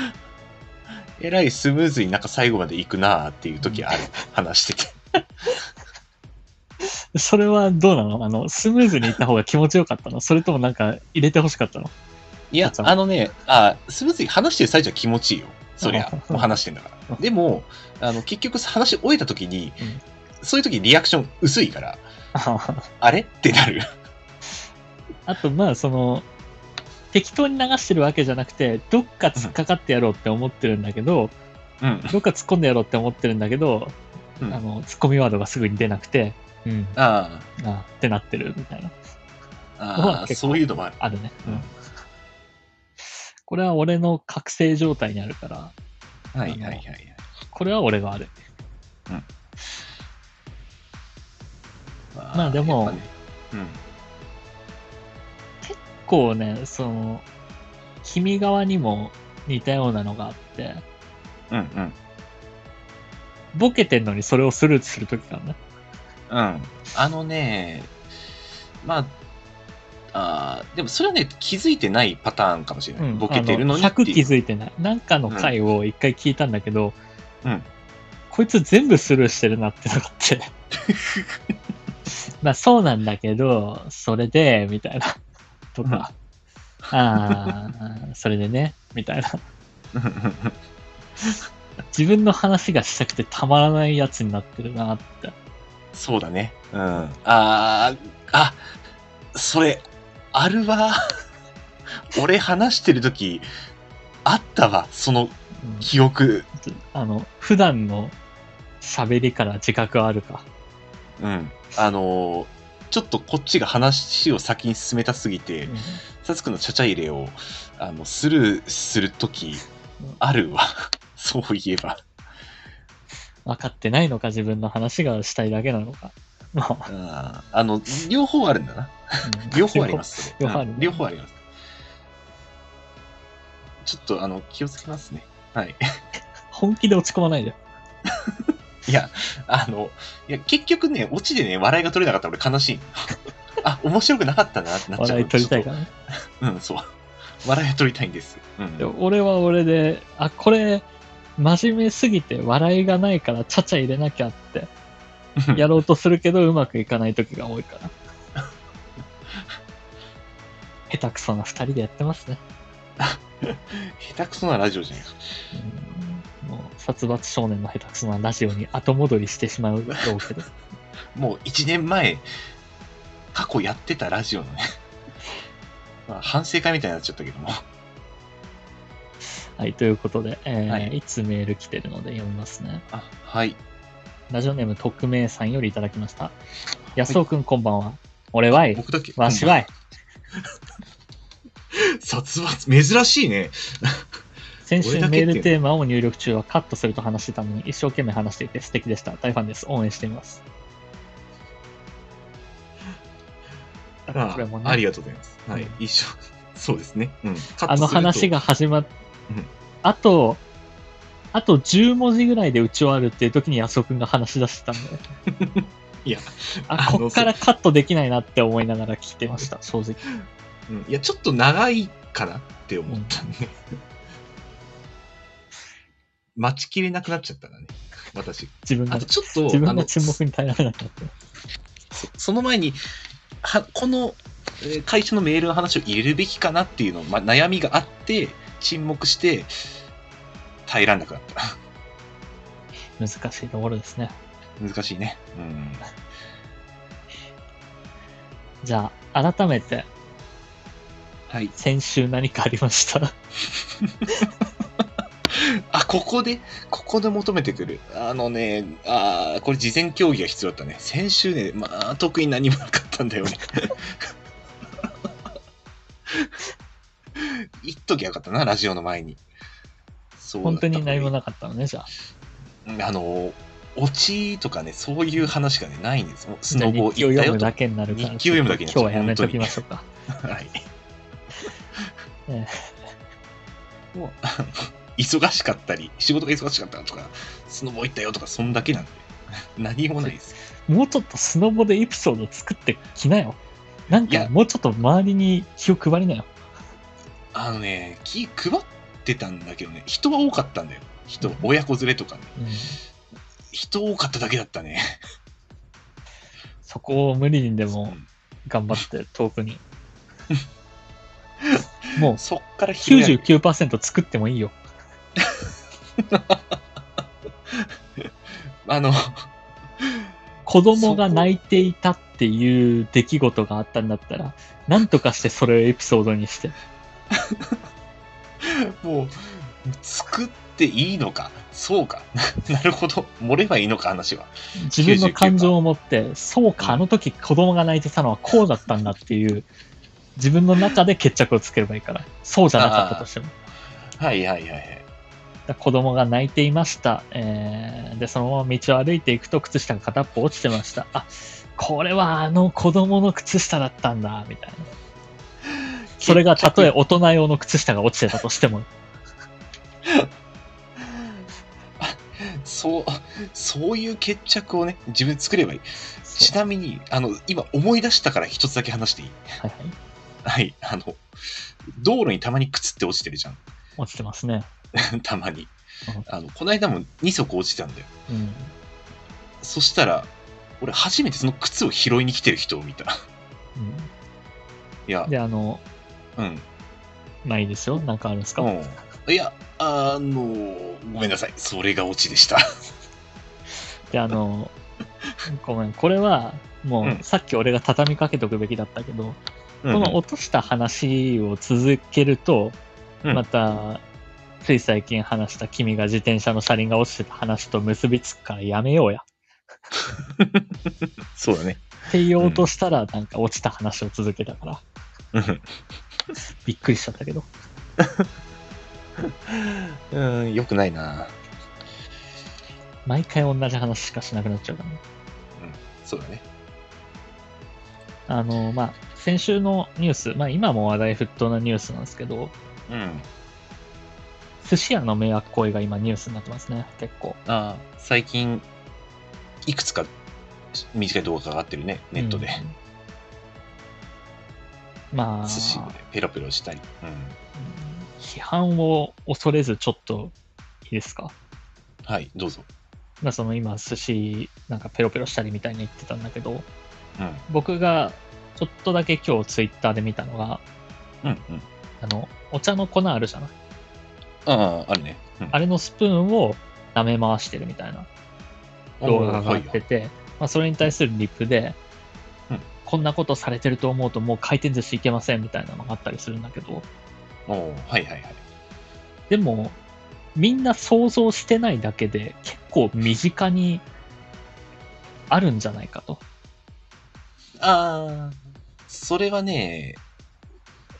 Speaker 2: *laughs* えらいスムーズになんか最後まで行くなーっていう時ある。話してて。
Speaker 1: それはどうなのあの、スムーズにいった方が気持ちよかったのそれともなんか入れてほしかったの
Speaker 2: いや、あのね、あースムーズに話してる最中は気持ちいいよ。そりゃ、もう話してんだから。でも、あの、結局話終えた時に、
Speaker 1: うん
Speaker 2: そういう時リアクション薄いから、
Speaker 1: *laughs* あ
Speaker 2: あれってなる。
Speaker 1: あと、まあ、その、適当に流してるわけじゃなくて、どっか突っかかってやろうって思ってるんだけど、
Speaker 2: うん。
Speaker 1: どっか突っ込んでやろうって思ってるんだけど、
Speaker 2: うん
Speaker 1: あの、突っ込みワードがすぐに出なくて、うん、
Speaker 2: あ
Speaker 1: あってなってるみたいな、
Speaker 2: ーあ
Speaker 1: まあ
Speaker 2: ー、
Speaker 1: 結構
Speaker 2: そういうのもある。
Speaker 1: あるね。
Speaker 2: うん
Speaker 1: これは俺の覚醒状態にあるから、
Speaker 2: はいはいはいはい。
Speaker 1: これは俺がある。
Speaker 2: ま
Speaker 1: まあでも
Speaker 2: やっぱねうん。
Speaker 1: こうね、その、君側にも似たようなのがあって、
Speaker 2: うんうん。
Speaker 1: ボケてんのにそれをスルーするときからね。
Speaker 2: うん。あのね、まあ、あーでもそれはね、気づいてないパターンかもしれない。
Speaker 1: うん
Speaker 2: ボケてるのに
Speaker 1: あ
Speaker 2: って
Speaker 1: 100気
Speaker 2: いう。
Speaker 1: づいてない。なんかの回を一回聞いたんだけど、
Speaker 2: うん
Speaker 1: こいつ全部スルーしてるなってな
Speaker 2: *laughs*
Speaker 1: って。まあそうなんだけど、それで、みたいな。と
Speaker 2: うん
Speaker 1: か、ああ、それでね、みたいな。自分の話がしたくてたまらないやつになってるなって。
Speaker 2: そうだね。うん。ああー、あ、それ、ある *laughs* わ。俺話してる時あったわ、その
Speaker 1: うん
Speaker 2: 記憶。
Speaker 1: あの、普段の喋りから自覚はあるか。
Speaker 2: うん。あのーちょっとこっちが話を先に進めたすぎて、サツくんのちゃちゃ入れをあのスルーするとき
Speaker 1: うん
Speaker 2: あるわ。 *laughs* そういえば。
Speaker 1: 分かってないのか、自分の話がしたいだけなのか。まあ、
Speaker 2: うんあの、両方あるんだな。
Speaker 1: うん
Speaker 2: 両方ありま。す。
Speaker 1: 両方ある
Speaker 2: うん両方あります。ちょっとあの、気をつけますね。はい。
Speaker 1: 本気で落ち込まないで。
Speaker 2: いや、あの、いや、結局ね、オチでね、笑いが取れなかったら俺悲しい。 *laughs* あ、面白くなかったなってなっちゃう。
Speaker 1: 笑い取りたい
Speaker 2: ち
Speaker 1: か
Speaker 2: ょっ
Speaker 1: らね。
Speaker 2: とうん、そう。笑いを取りたいんです。うん。
Speaker 1: で俺は俺で、あ、これ、真面目すぎて笑いがないからちゃちゃ入れなきゃってやろうとするけど、うまくいかない時が多い
Speaker 2: *laughs*
Speaker 1: から。下手くそな二人でやってますね。
Speaker 2: 下手くそなラジオじゃないか。
Speaker 1: うんもう、殺伐少年の下手くそなラジオに後戻りしてしまうろうけ
Speaker 2: *laughs*
Speaker 1: ど。
Speaker 2: もう1年前、過去やってたラジオのね、 *laughs* まあ、反省会みたいになっちゃったけども。
Speaker 1: はい、ということで、えー、
Speaker 2: はいい
Speaker 1: つメール来てるので読みますね。
Speaker 2: あ、はい。
Speaker 1: ラジオネーム匿名さんよりいただきました。安尾くんこんばんは。俺はい。
Speaker 2: 僕だけ。
Speaker 1: わしはい。
Speaker 2: 殺伐、珍し
Speaker 1: *laughs*
Speaker 2: いね。
Speaker 1: 先週
Speaker 2: 俺だけ
Speaker 1: メ
Speaker 2: っていう
Speaker 1: ールテーマを入力中はカットすると話してたのに一生懸命話していて素敵でした。大ファンです。応援しています。だからこれもね、
Speaker 2: ありがとうございます。はい。一緒。そうですね。うん。
Speaker 1: あの話
Speaker 2: が。
Speaker 1: が始まっ
Speaker 2: うん、
Speaker 1: あと、あと10文字ぐらいで打ち終わるっていう時に安尾くんが話し出してたんで。
Speaker 2: *laughs* いや、
Speaker 1: あ、
Speaker 2: あの
Speaker 1: こっからカットできないなって思いながら聞いてました、正直。
Speaker 2: うんいや、ちょっと長いかなって思ったんで。 *laughs* 待ちきれなくなっちゃったなね。私。
Speaker 1: 自分が
Speaker 2: あと、ちょっと、
Speaker 1: 自
Speaker 2: あ
Speaker 1: 分
Speaker 2: の
Speaker 1: が沈黙に耐えられなくなって。
Speaker 2: その前に、はこのえー会社のメールの話を入れるべきかなっていうの、まあ、悩みがあって、沈黙して、耐えらんなくなった。
Speaker 1: 難しいところですね。
Speaker 2: 難しいね。うん。
Speaker 1: じゃあ、改めて、
Speaker 2: はい。
Speaker 1: 先週何かありました
Speaker 2: あ、ここで、ここで求めてくる。あのね、あーこれ事前協議が必要だったね。先週ね、まあ、特に何もなかったんだよ
Speaker 1: *laughs*
Speaker 2: ね。言っときゃよかったな、ラジオの前に。そうだっ
Speaker 1: 本
Speaker 2: た
Speaker 1: 当に何もなかったのね、じゃあ。
Speaker 2: あの、落ちとかね、そういう話がね、ないんです。もうスノボ
Speaker 1: 日記を
Speaker 2: 行った
Speaker 1: 読む
Speaker 2: よと。
Speaker 1: だけになるから。
Speaker 2: 日記を読むだけになっちゃ
Speaker 1: 今
Speaker 2: う
Speaker 1: 日はやめときましょうか。
Speaker 2: はい。
Speaker 1: え
Speaker 2: もう、あの忙しかったり、仕事が忙しかったとか、スノボ行ったよとか、そんだけなんで、何もないです。
Speaker 1: もうちょっとスノボでエピソード作ってきなよ。なん
Speaker 2: い
Speaker 1: か
Speaker 2: や
Speaker 1: もうちょっと周りに気を配りなよ。
Speaker 2: あのね、気配ってたんだけどね、人は多かったんだよ。人、親子連れとかね。
Speaker 1: うん
Speaker 2: 人多かっただけだったね。
Speaker 1: そこを無理にで
Speaker 2: う
Speaker 1: も
Speaker 2: ん
Speaker 1: 頑張って遠
Speaker 2: *laughs*
Speaker 1: くに。もう
Speaker 2: そっから広げる
Speaker 1: 99%作ってもいいよ。
Speaker 2: あの、
Speaker 1: 子供が泣いていたっていう出来事があったんだったら、なんとかしてそれをエピソードにして。
Speaker 2: もう、作っていいのか、そうか、な *laughs* なるほど、盛ればいいのか、話は。
Speaker 1: 自分の感情を持って、そう
Speaker 2: うん
Speaker 1: か、あの時子供が泣いてたのはこうだったんだっていう、自分の中で決着をつければいいから。そうじゃなかったとしても。
Speaker 2: はいはいはいはい。
Speaker 1: だ子供が泣いていました、えーでそのまま道を歩いていくと靴下が片っぽ落ちてましたあこれはあの子供の靴下だったんだみたいなそれがたとえ大人用の靴下が落ちてたとしても
Speaker 2: そう、そういう決着をね、自分で作ればいい。ちなみに、あの、今思い出したから一つだけ話していい
Speaker 1: はいはい
Speaker 2: はい、あの、道路にたまに靴って落ちてるじゃん。 *laughs*
Speaker 1: 落ちてますね、
Speaker 2: たまに
Speaker 1: うん。
Speaker 2: あの、この間も2足落ちてたんだよ。
Speaker 1: うん、
Speaker 2: そしたら、俺初めてその靴を拾いに来てる人を見た。い
Speaker 1: うん
Speaker 2: や、
Speaker 1: であの
Speaker 2: うん。
Speaker 1: ないですよなんかあるんですか、
Speaker 2: うん。いや、あの、ごめんなさい。それがオチでした。
Speaker 1: であのごめんこれはもう、
Speaker 2: うん
Speaker 1: さっき俺が畳みかけておくべきだったけど、
Speaker 2: うん
Speaker 1: この落とした話を続けると、
Speaker 2: うん
Speaker 1: また、つい最近話した君が自転車の車輪が落ちてた話と結びつくからやめようや。
Speaker 2: そうだね。
Speaker 1: って言おうとしたら、なんか落ちた話を続けたから、
Speaker 2: うん
Speaker 1: びっくりしちゃったけど。
Speaker 2: *laughs* うん、よくないな。
Speaker 1: 毎回同じ話しかしなくなっちゃうからね。
Speaker 2: そうだね。
Speaker 1: あの、まあ、先週のニュース、まあ今も話題沸騰なニュースなんですけど、
Speaker 2: うん。
Speaker 1: 寿司屋の迷惑行為が今ニュースになってますね、結構。
Speaker 2: ああ最近、いくつか短い動画が上がってるね、ネットで。
Speaker 1: うん。まあ、
Speaker 2: 寿司でペロペロしたり。うん。
Speaker 1: 批判を恐れずちょっといいですか、
Speaker 2: はい、どうぞ。
Speaker 1: まあ、その今寿司なんかペロペロしたりみたいに言ってたんだけど
Speaker 2: うん。
Speaker 1: 僕がちょっとだけ今日ツイッターで見たのが
Speaker 2: うん、うん。
Speaker 1: あのお茶の粉あるじゃない
Speaker 2: ああ、あるね。うん
Speaker 1: あれのスプーンを舐め回してるみたいな動画が上がってて、まあ、それに対するリプで、
Speaker 2: うん
Speaker 1: こんなことされてると思うともう回転寿司いけませんみたいなのがあったりするんだけど
Speaker 2: おおはいはいはい。
Speaker 1: でもみんな想像してないだけで結構身近にあるんじゃないかと
Speaker 2: ああ、それはね、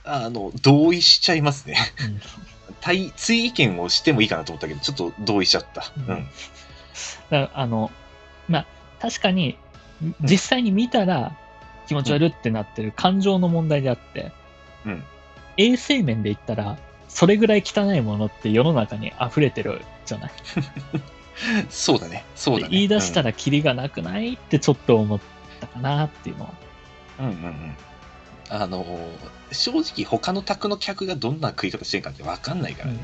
Speaker 2: あの、同意しちゃいますね。
Speaker 1: *laughs*
Speaker 2: 対、追意見をしてもいいかなと思ったけど、ちょっと同意しちゃった。
Speaker 1: う
Speaker 2: うんん。
Speaker 1: だからあの、まあ、確かに、実際に見たら気持ち悪ってなってる感情の問題であって、
Speaker 2: うん。
Speaker 1: 衛生面で言ったら、それぐらい汚いものって世の中に溢れてるじゃない。
Speaker 2: そうだね。そうだ
Speaker 1: で
Speaker 2: ね。
Speaker 1: 言い出した
Speaker 2: ら。
Speaker 1: らキリがなくないってちょっと思ったかなっていうのは。
Speaker 2: うんうんうん。あの、正直他の宅の客がどんな食い方してるかってわかんないからね。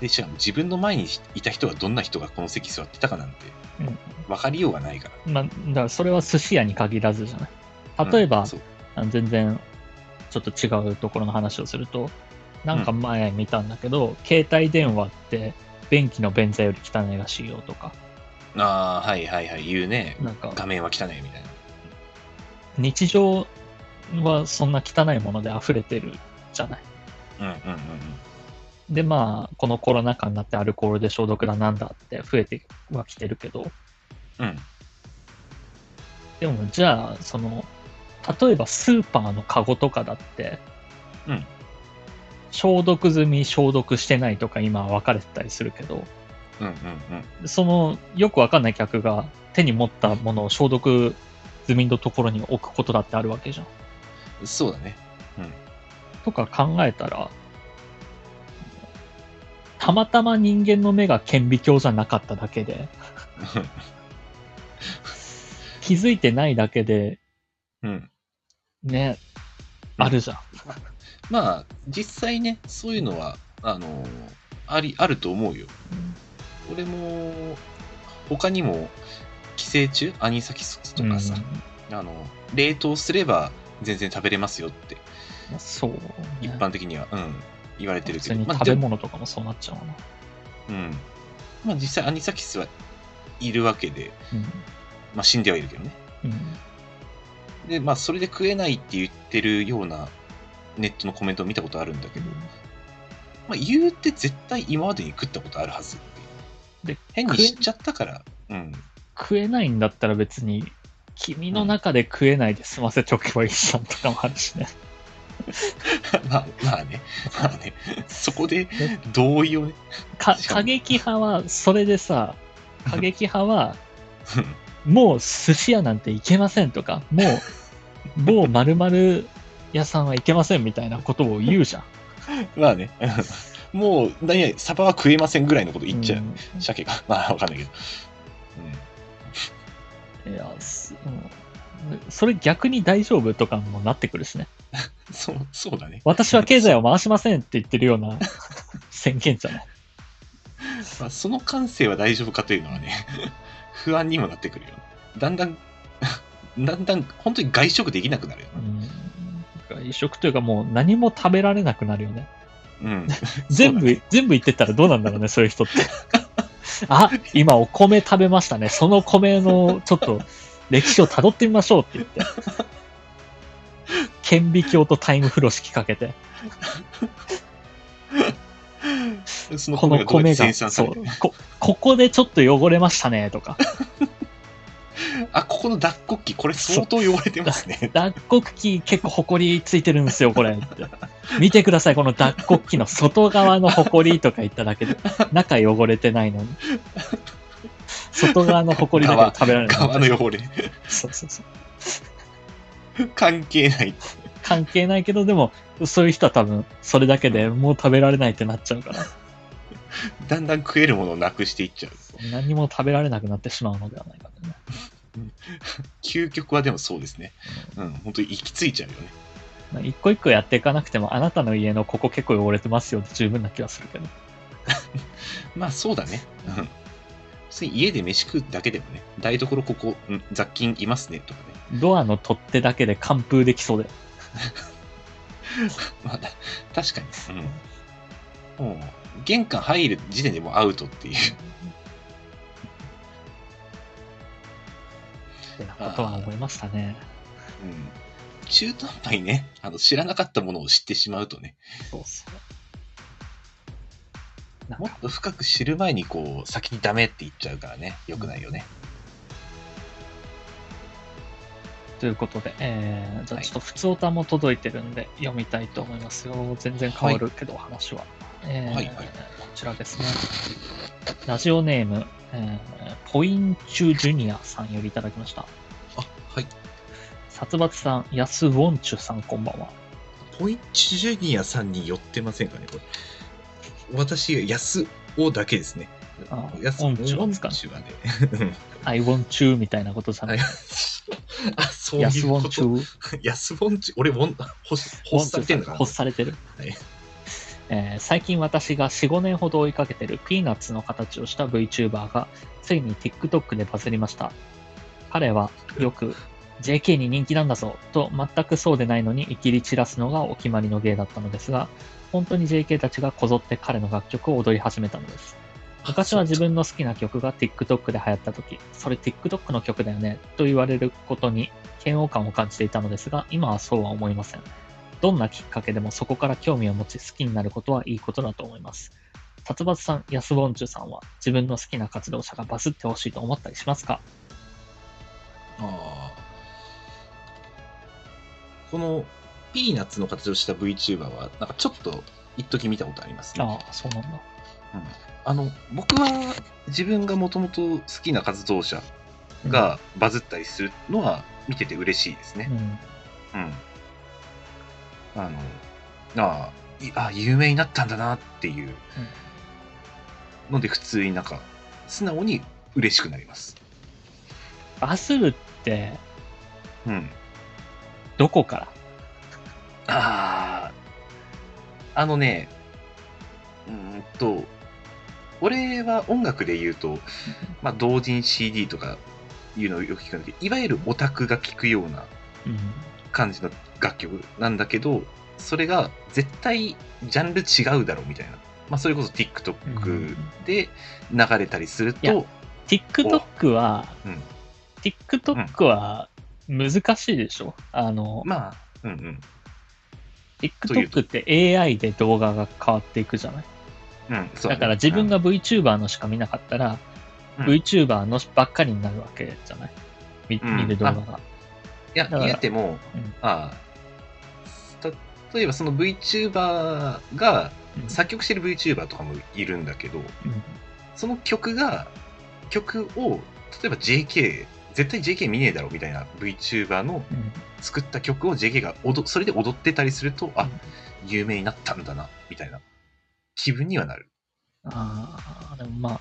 Speaker 2: で、しかも自分の前にいた人がどんな人がこの席座ってたかなんて
Speaker 1: うん
Speaker 2: 分かりようがないから。
Speaker 1: まあ、だからそれは寿司屋に限らずじゃない。例えば、
Speaker 2: うんそう
Speaker 1: あの全然ちょっと違うところの話をするとなんか前見たんだけど、携帯電話って便器の便座より汚いらしいよとか
Speaker 2: ああ、はいはいはい、言うね。
Speaker 1: なんか
Speaker 2: 画面は汚いみたいな。
Speaker 1: 日常はそんな汚いもので溢れてるじゃない
Speaker 2: うんうんうん
Speaker 1: でまあこのコロナ禍になってアルコールで消毒だなんだって増えてはきてるけど
Speaker 2: うん。うん。
Speaker 1: でもじゃあその例えばスーパーのカゴとかだって、
Speaker 2: うん
Speaker 1: 消毒済み消毒してないとか今は分かれてたりするけど
Speaker 2: うんうん
Speaker 1: そのよくわかんない客が手に持ったものを消毒済みのところに置くことだってあるわけじゃん。
Speaker 2: うん。そうだね。 *laughs*
Speaker 1: とか考えたら、たまたま人間の目が顕微鏡じゃなかっただけで、気づいてないだけで、
Speaker 2: うん。
Speaker 1: ね、
Speaker 2: うん
Speaker 1: あるじゃん。
Speaker 2: まあ、実際ね、そういうのは、あの、あり、あると思うよ。俺も、他にも、寄生虫アニサキスとかさ、あの、冷凍すれば全然食べれますよって、
Speaker 1: うんそう、ね。
Speaker 2: 一般的には、うん、言われてる
Speaker 1: 普
Speaker 2: け
Speaker 1: 通
Speaker 2: ど、
Speaker 1: に
Speaker 2: まあ
Speaker 1: 食
Speaker 2: で
Speaker 1: べ
Speaker 2: も
Speaker 1: 物とかもそうなっちゃうな。
Speaker 2: うん。まあ実際アニサキスはいるわけで、
Speaker 1: うん
Speaker 2: まあ死んではいるけどね。
Speaker 1: うん
Speaker 2: で、まあそれで食えないって言ってるようなネットのコメントを見たことあるんだけど、まあ言うて絶対今までに食ったことあるはずっていう
Speaker 1: で
Speaker 2: 変に知っちゃったから、うん。 *laughs*
Speaker 1: 食えないんだったら別に、君の中で食えないで済ませとけばいいじゃんとかもあるしね。
Speaker 2: まあまあね、まあね、そこで同意をね。
Speaker 1: か
Speaker 2: しかも
Speaker 1: 過激派は、それで
Speaker 2: *laughs*
Speaker 1: さ、過激派は、
Speaker 2: うん
Speaker 1: もう寿司屋なんて行けませんとか、もう某〇〇屋さんは行けませんみたいなことを言うじゃん。
Speaker 2: まあね、もう何々、サバは食えませんぐらいのこと言っちゃう。
Speaker 1: ん
Speaker 2: 鮭が。 *laughs* まあわかんないけど。うん
Speaker 1: いや、すうんそれ逆に大丈夫とかもなってくるしね。
Speaker 2: そう、そうだね。
Speaker 1: 私は経済を回しませんって言ってるよう
Speaker 2: *laughs*
Speaker 1: な宣言じゃない。
Speaker 2: まあ、その感性は大丈夫かというのはね、 *laughs* 不安にもなってくるよ。だんだ *laughs* ん、だんだん、本当に外食できなくなるよ
Speaker 1: うん外食というかもう何も食べられなくなるよね。
Speaker 2: な。うん。
Speaker 1: 全
Speaker 2: そう
Speaker 1: 部、全部言ってったらどうなんだ *laughs* ろうね、そういう人って。あ、今お米食べましたね。その米のちょっと歴史を辿ってみましょうって言って。顕微鏡とタイム風呂敷かけて、 *laughs*
Speaker 2: だねその
Speaker 1: この
Speaker 2: どうや
Speaker 1: 米
Speaker 2: って
Speaker 1: が、
Speaker 2: 生産さ
Speaker 1: そ
Speaker 2: れ
Speaker 1: う
Speaker 2: てる、
Speaker 1: こ、ここでちょっと汚れましたね、とか。
Speaker 2: あ、ここの脱穀機、これ相当汚れてま
Speaker 1: *laughs*
Speaker 2: すね。
Speaker 1: 脱穀機結構埃ついてるんですよ、これって。見てください、この脱穀機の外側の埃とか言っただけで、中汚れてないのに。外側の埃だけで食べられない。
Speaker 2: 側の汚れ。 *laughs*
Speaker 1: そうそうそう。
Speaker 2: 関係ない。
Speaker 1: 関係ないけど、でも、そういう人は多分、それだけでもう食べられないってなっちゃうから、
Speaker 2: だんだん食えるものをなくしていっちゃう。
Speaker 1: 何も食べられなくなってしまうのではないかとね。
Speaker 2: 究極はでもそうですね。うん、本当に行き着いちゃうよね。
Speaker 1: まあ一個一個やっていかなくても、あなたの家のここ結構汚れてますよって十分な気がするけど。
Speaker 2: まあそうだね。うん。普通に家で飯食うだけでもね、台所ここ、うん雑菌いますね、とかね。
Speaker 1: ドアの取っ手だけで完封できそうで。
Speaker 2: まあ、た確かに。うん。もう、玄関入る時点でもうアウトっていう。
Speaker 1: ってなことは思いましたね。
Speaker 2: うん。中途半端にね、あの、知らなかったものを知ってしまうとね、
Speaker 1: そうそう。なん
Speaker 2: も
Speaker 1: か
Speaker 2: っと深く知る前に、こう、先にダメって言っちゃうからね、良くないよね。
Speaker 1: ということで、えー、じゃあ
Speaker 2: はい
Speaker 1: ちょっと普通歌も届いてるんで読みたいと思いますよ。全然変わるけど、話は。えー
Speaker 2: はいはい
Speaker 1: こちらですね。ラジオネーム、えーポインチュジュニアさんよりいただきました。
Speaker 2: あ、はい。
Speaker 1: 殺伐さん、ヤスウォンチュさん、こんばんは。
Speaker 2: ポインチジュニアさんに寄ってませんかね、これ。私、安をだけですね。
Speaker 1: あ
Speaker 2: 安
Speaker 1: 音痴は
Speaker 2: 音
Speaker 1: つかない
Speaker 2: 痴はね。
Speaker 1: アイウォンチュみたいなことじゃな
Speaker 2: あ *laughs*
Speaker 1: い。
Speaker 2: そう
Speaker 1: ヤ
Speaker 2: い
Speaker 1: スウ
Speaker 2: う
Speaker 1: ォ
Speaker 2: こ
Speaker 1: ンチ
Speaker 2: と。
Speaker 1: ュ。
Speaker 2: 安ぼんち、俺、ぼん、ほし、ほっさってんのかな。
Speaker 1: 欲されてる。
Speaker 2: はい
Speaker 1: えー最近私が4、5年ほど追いかけてるピーナッツの形をした VTuber がついに TikTok でバズりました。彼はよく JK に人気なんだぞと全くそうでないのにいきり散らすのがお決まりの芸だったのですが、本当に JK たちがこぞって彼の楽曲を踊り始めたのです。昔は自分の好きな曲が TikTok で流行った時、それ TikTok の曲だよねと言われることに嫌悪感を感じていたのですが、今はそうは思いません。どんなきっかけでもそこから興味を持ち好きになることはいいことだと思います。殺伐さん、安ぼんちゅさんは自分の好きな活動者がバズってほしいと思ったりしますか
Speaker 2: あーこのピーナッツの形をした VTuber は、なんかちょっと一時見たことありますね。
Speaker 1: ああ、そうなんだ。
Speaker 2: あの、僕は自分がもともと好きな活動者がバズったりするのは見てて嬉しいです
Speaker 1: う
Speaker 2: ね。
Speaker 1: ん、
Speaker 2: うん。あの、ああ、いあ有名になったんだなっていうので、普通になんか、素直に嬉しくなります。
Speaker 1: バズるって
Speaker 2: うん。
Speaker 1: どこから
Speaker 2: ああ、あのね、うーんと、俺は音楽で言うと、まあ、同人 CD とかいうのをよく聞くんだけど、いわゆるオタクが聞くような
Speaker 1: うん
Speaker 2: 感じの楽曲なんだけど、それが絶対ジャンル違うだろうみたいな。まあ、それこそ TikTok で流れたりする
Speaker 1: いや
Speaker 2: と、
Speaker 1: TikTok は、
Speaker 2: うん
Speaker 1: TikTok は難しいでしょ、あの、
Speaker 2: まあ、うんうん、
Speaker 1: TikTok って AI で動画が変わっていくじゃない
Speaker 2: うん、そうね
Speaker 1: だから自分、が VTuber のしか見なかったら、
Speaker 2: うん
Speaker 1: VTuber のばっかりになるわけじゃない見,、
Speaker 2: うん
Speaker 1: 見る動画が。
Speaker 2: いや、
Speaker 1: だから
Speaker 2: 言うても、
Speaker 1: うん
Speaker 2: ああ例えばその VTuber が、
Speaker 1: うん
Speaker 2: 作曲してる VTuber とかもいるんだけど、
Speaker 1: うん
Speaker 2: その曲が、曲を、例えば JK、絶対 JK 見ねえだろみたいな VTuber の
Speaker 1: うん
Speaker 2: 作った曲を JK が踊、それで踊ってたりすると、
Speaker 1: う
Speaker 2: あ
Speaker 1: ん、
Speaker 2: 有名になったんだな、みたいな気分にはなる。
Speaker 1: ああ、でもまあ、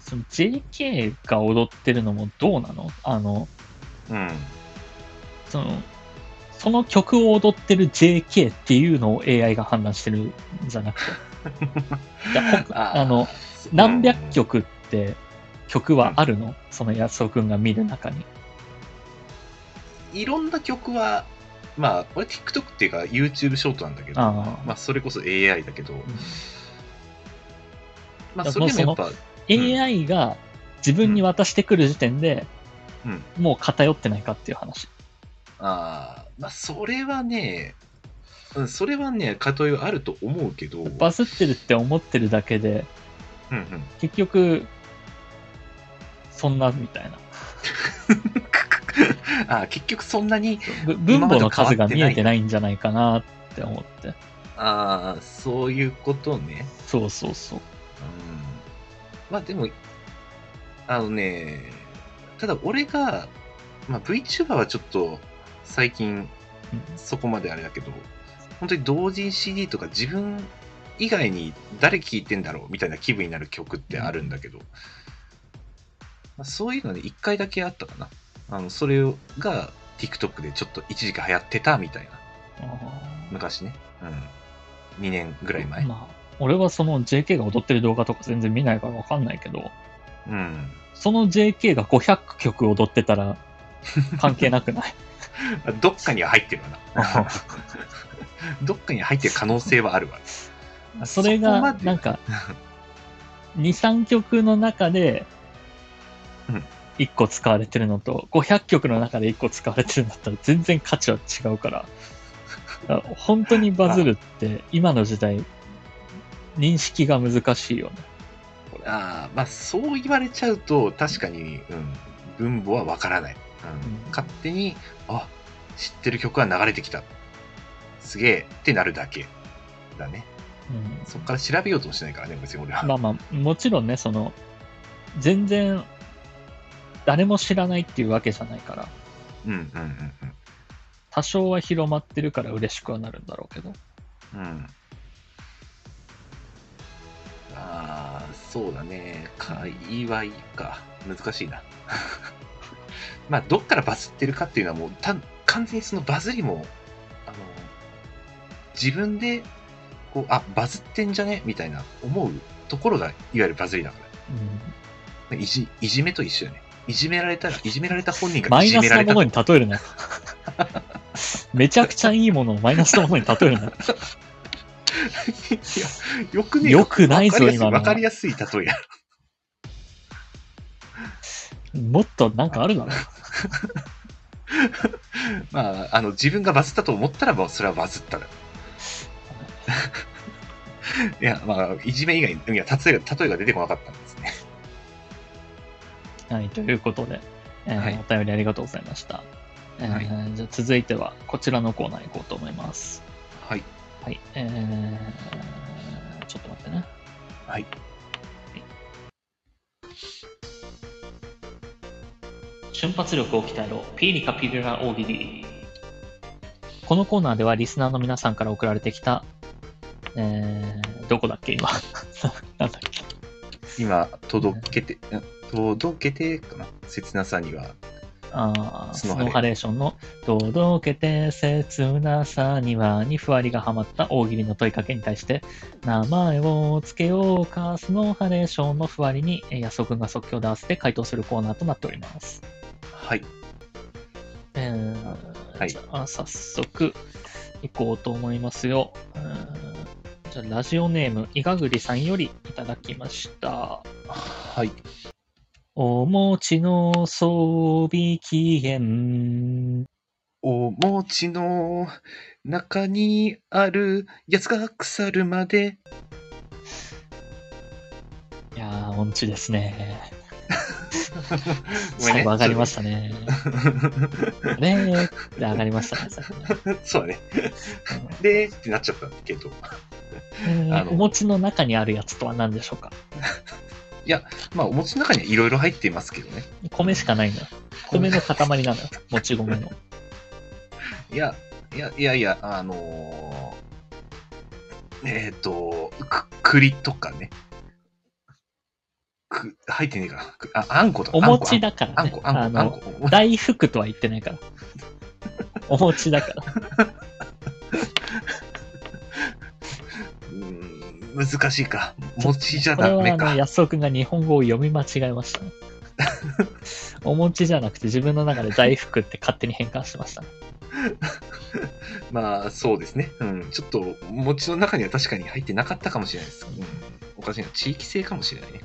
Speaker 1: その JK が踊ってるのもどうなのあの、
Speaker 2: *laughs* うん。
Speaker 1: その、その曲を踊ってる JK っていうのを AI が判断してるんじゃなくて。いやほ
Speaker 2: *laughs*
Speaker 1: あの、何百
Speaker 2: 曲
Speaker 1: 曲って曲はあるの、その安尾くんが見る中に。
Speaker 2: いろんな曲は、まあ、俺 TikTok っていうか YouTube ショートなんだけど、
Speaker 1: ああ
Speaker 2: まあ、それこそ AI だけど、ま
Speaker 1: いや
Speaker 2: あ、それでもやっぱ、ん
Speaker 1: AI が自分に渡してくる時点で、
Speaker 2: うん
Speaker 1: もう偏ってないかっていう話。
Speaker 2: ああ、まあ、それはね、うん、それはね、例えはあると思うけど、
Speaker 1: バズってるって思ってるだけで、
Speaker 2: うんうん。 *laughs*
Speaker 1: 結局、そんなみたいな。
Speaker 2: ああ、結局そんなに、
Speaker 1: ぶ分母の数が見えてないんじゃないかなって思って。
Speaker 2: ああ、そういうことね。
Speaker 1: そうそうそう。
Speaker 2: うん。まあ、でも、あのね、ただ俺が、まあ、VTuber はちょっと、最近、
Speaker 1: うん
Speaker 2: そこまであれだけど、本当に同人 CD とか自分以外に誰聴いてんだろうみたいな気分になる曲ってあるんだけど、まあそういうので一回だけあったかな。あの、それが TikTok でちょっと一時期流行ってたみたいな。
Speaker 1: あー
Speaker 2: 昔ね。うん。2年ぐらい前。
Speaker 1: まあ、俺はその JK が踊ってる動画とか全然見ないからわかんないけど、
Speaker 2: うん。
Speaker 1: その JK が500曲踊ってたら関係なく
Speaker 2: *laughs*
Speaker 1: ない
Speaker 2: どっかには入ってる
Speaker 1: *laughs*
Speaker 2: わな。どっかには入ってる可能性はあるわ。
Speaker 1: それ
Speaker 2: そこ
Speaker 1: が、
Speaker 2: まで
Speaker 1: なんか、2、3曲の中で
Speaker 2: うん、
Speaker 1: 1個使われてるのと、500曲の中で1個使われてるんだったら全然価値は違うから、だから本当にバズるって今の時代、認識が難しいよね。
Speaker 2: ああ、まあそう言われちゃうと確かに、うん、分母はわからない、うん
Speaker 1: うん
Speaker 2: 勝手に、あ、知ってる曲が流れてきた。すげえってなるだけだね。
Speaker 1: うん
Speaker 2: そっから調べようともしないからね、別に俺は。
Speaker 1: まあまあ、もちろんね、その、全然、誰も知らないっていうわけじゃないから、
Speaker 2: うんうんうん
Speaker 1: 多少は広まってるから嬉しくはなるんだろうけど。
Speaker 2: うん。うん。ああ、そうだね。界隈か。難しいな。 *laughs* まあ、どっからバズってるかっていうのはもう、た完全にそのバズりも、あの、自分で、こう、あ、バズってんじゃねみたいな思うところが、いわゆるバズりだか
Speaker 1: うん
Speaker 2: ら。いじ、いじめと一緒よね。いじめられたら、いじめられた本人が
Speaker 1: マ
Speaker 2: い
Speaker 1: イ
Speaker 2: じ
Speaker 1: ナ
Speaker 2: め
Speaker 1: ス
Speaker 2: ら
Speaker 1: な
Speaker 2: れ
Speaker 1: も
Speaker 2: た
Speaker 1: の。に例えるな。めちゃくちゃいいものをマイナスなものに例えるな。
Speaker 2: いやよくね
Speaker 1: よくないぞ今の
Speaker 2: わかりやすいわかりやすい例えや。
Speaker 1: もっとなんかあるだろ。
Speaker 2: まあ、あの、自分がバズったと思ったら、もうそれはバズ *laughs* っただ。いや、まあ、いじめ以外に、いや、例えが、例えが出てこなかったんですね。
Speaker 1: はい、ということで、えー
Speaker 2: はい
Speaker 1: お便りありがとうございました。えー
Speaker 2: は
Speaker 1: じゃあ続いては、こちらのコーナー行こうと思います。
Speaker 2: はい。
Speaker 1: はい、えー、ちょっと待ってね。
Speaker 2: はい。
Speaker 1: 瞬発力を鍛えろ、ピーリカピリラ大喜利。このコーナーではリスナーの皆さんから送られてきた、えー、どこだっけ今。 *laughs* なんだっけ
Speaker 2: 今、届けて、ん届けてかな切なさには。
Speaker 1: あー
Speaker 2: ス
Speaker 1: ス
Speaker 2: ノ
Speaker 1: ノ
Speaker 2: ーハレー
Speaker 1: ーハレーションの「届けて切なさには」にふわりがはまった大喜利の問いかけに対して「名前をつけようかスノーハレーション」のふわりにえー安尾くんが即興で合わせて回答するコーナーとなっております。
Speaker 2: はい。
Speaker 1: えー
Speaker 2: はい
Speaker 1: じゃあ早速行こうと思いますよ。うーんじゃあラジオネームいがぐりさんよりいただきました。
Speaker 2: はい。
Speaker 1: お餅の装備期限
Speaker 2: お餅の中にあるやつが腐るまで。
Speaker 1: いやー、音痴ですね。
Speaker 2: *laughs* ごめんね
Speaker 1: 最後上がりましたね。
Speaker 2: *laughs*
Speaker 1: ねーって上がりましたね最後ね
Speaker 2: そうだね。で、ってなっちゃったけど。
Speaker 1: うん
Speaker 2: あの
Speaker 1: お餅の中にあるやつとは何でしょうか
Speaker 2: まあ、お餅の中にはいろいろ入ってますけどね。
Speaker 1: 米しかないんだよ。米の塊なのよ。もち米の。
Speaker 2: いや、いや、いやいや、あのーえっ、と、く、栗とかね。く、入ってねえかな。くあ、あんことか。
Speaker 1: お餅
Speaker 2: だ。
Speaker 1: だから
Speaker 2: あん
Speaker 1: ね
Speaker 2: こ、。あ
Speaker 1: あ
Speaker 2: んこ、あん
Speaker 1: の、
Speaker 2: こ。あんこ
Speaker 1: 大福とは言ってないから。お餅だから。
Speaker 2: うーん難しいか。餅じゃ
Speaker 1: これ
Speaker 2: *laughs* ダ
Speaker 1: は
Speaker 2: メ
Speaker 1: あ
Speaker 2: か
Speaker 1: の、。安尾くんが日本語を読み間違えました
Speaker 2: *laughs*
Speaker 1: ね。お餅じゃなくて自分の中で大福って勝手に変換してましたね。
Speaker 2: まあ、そうですね。うん。ちょっと、餅の中には確かに入ってなかったかもしれないです。うん。おかしいな。地域性かもしれないね。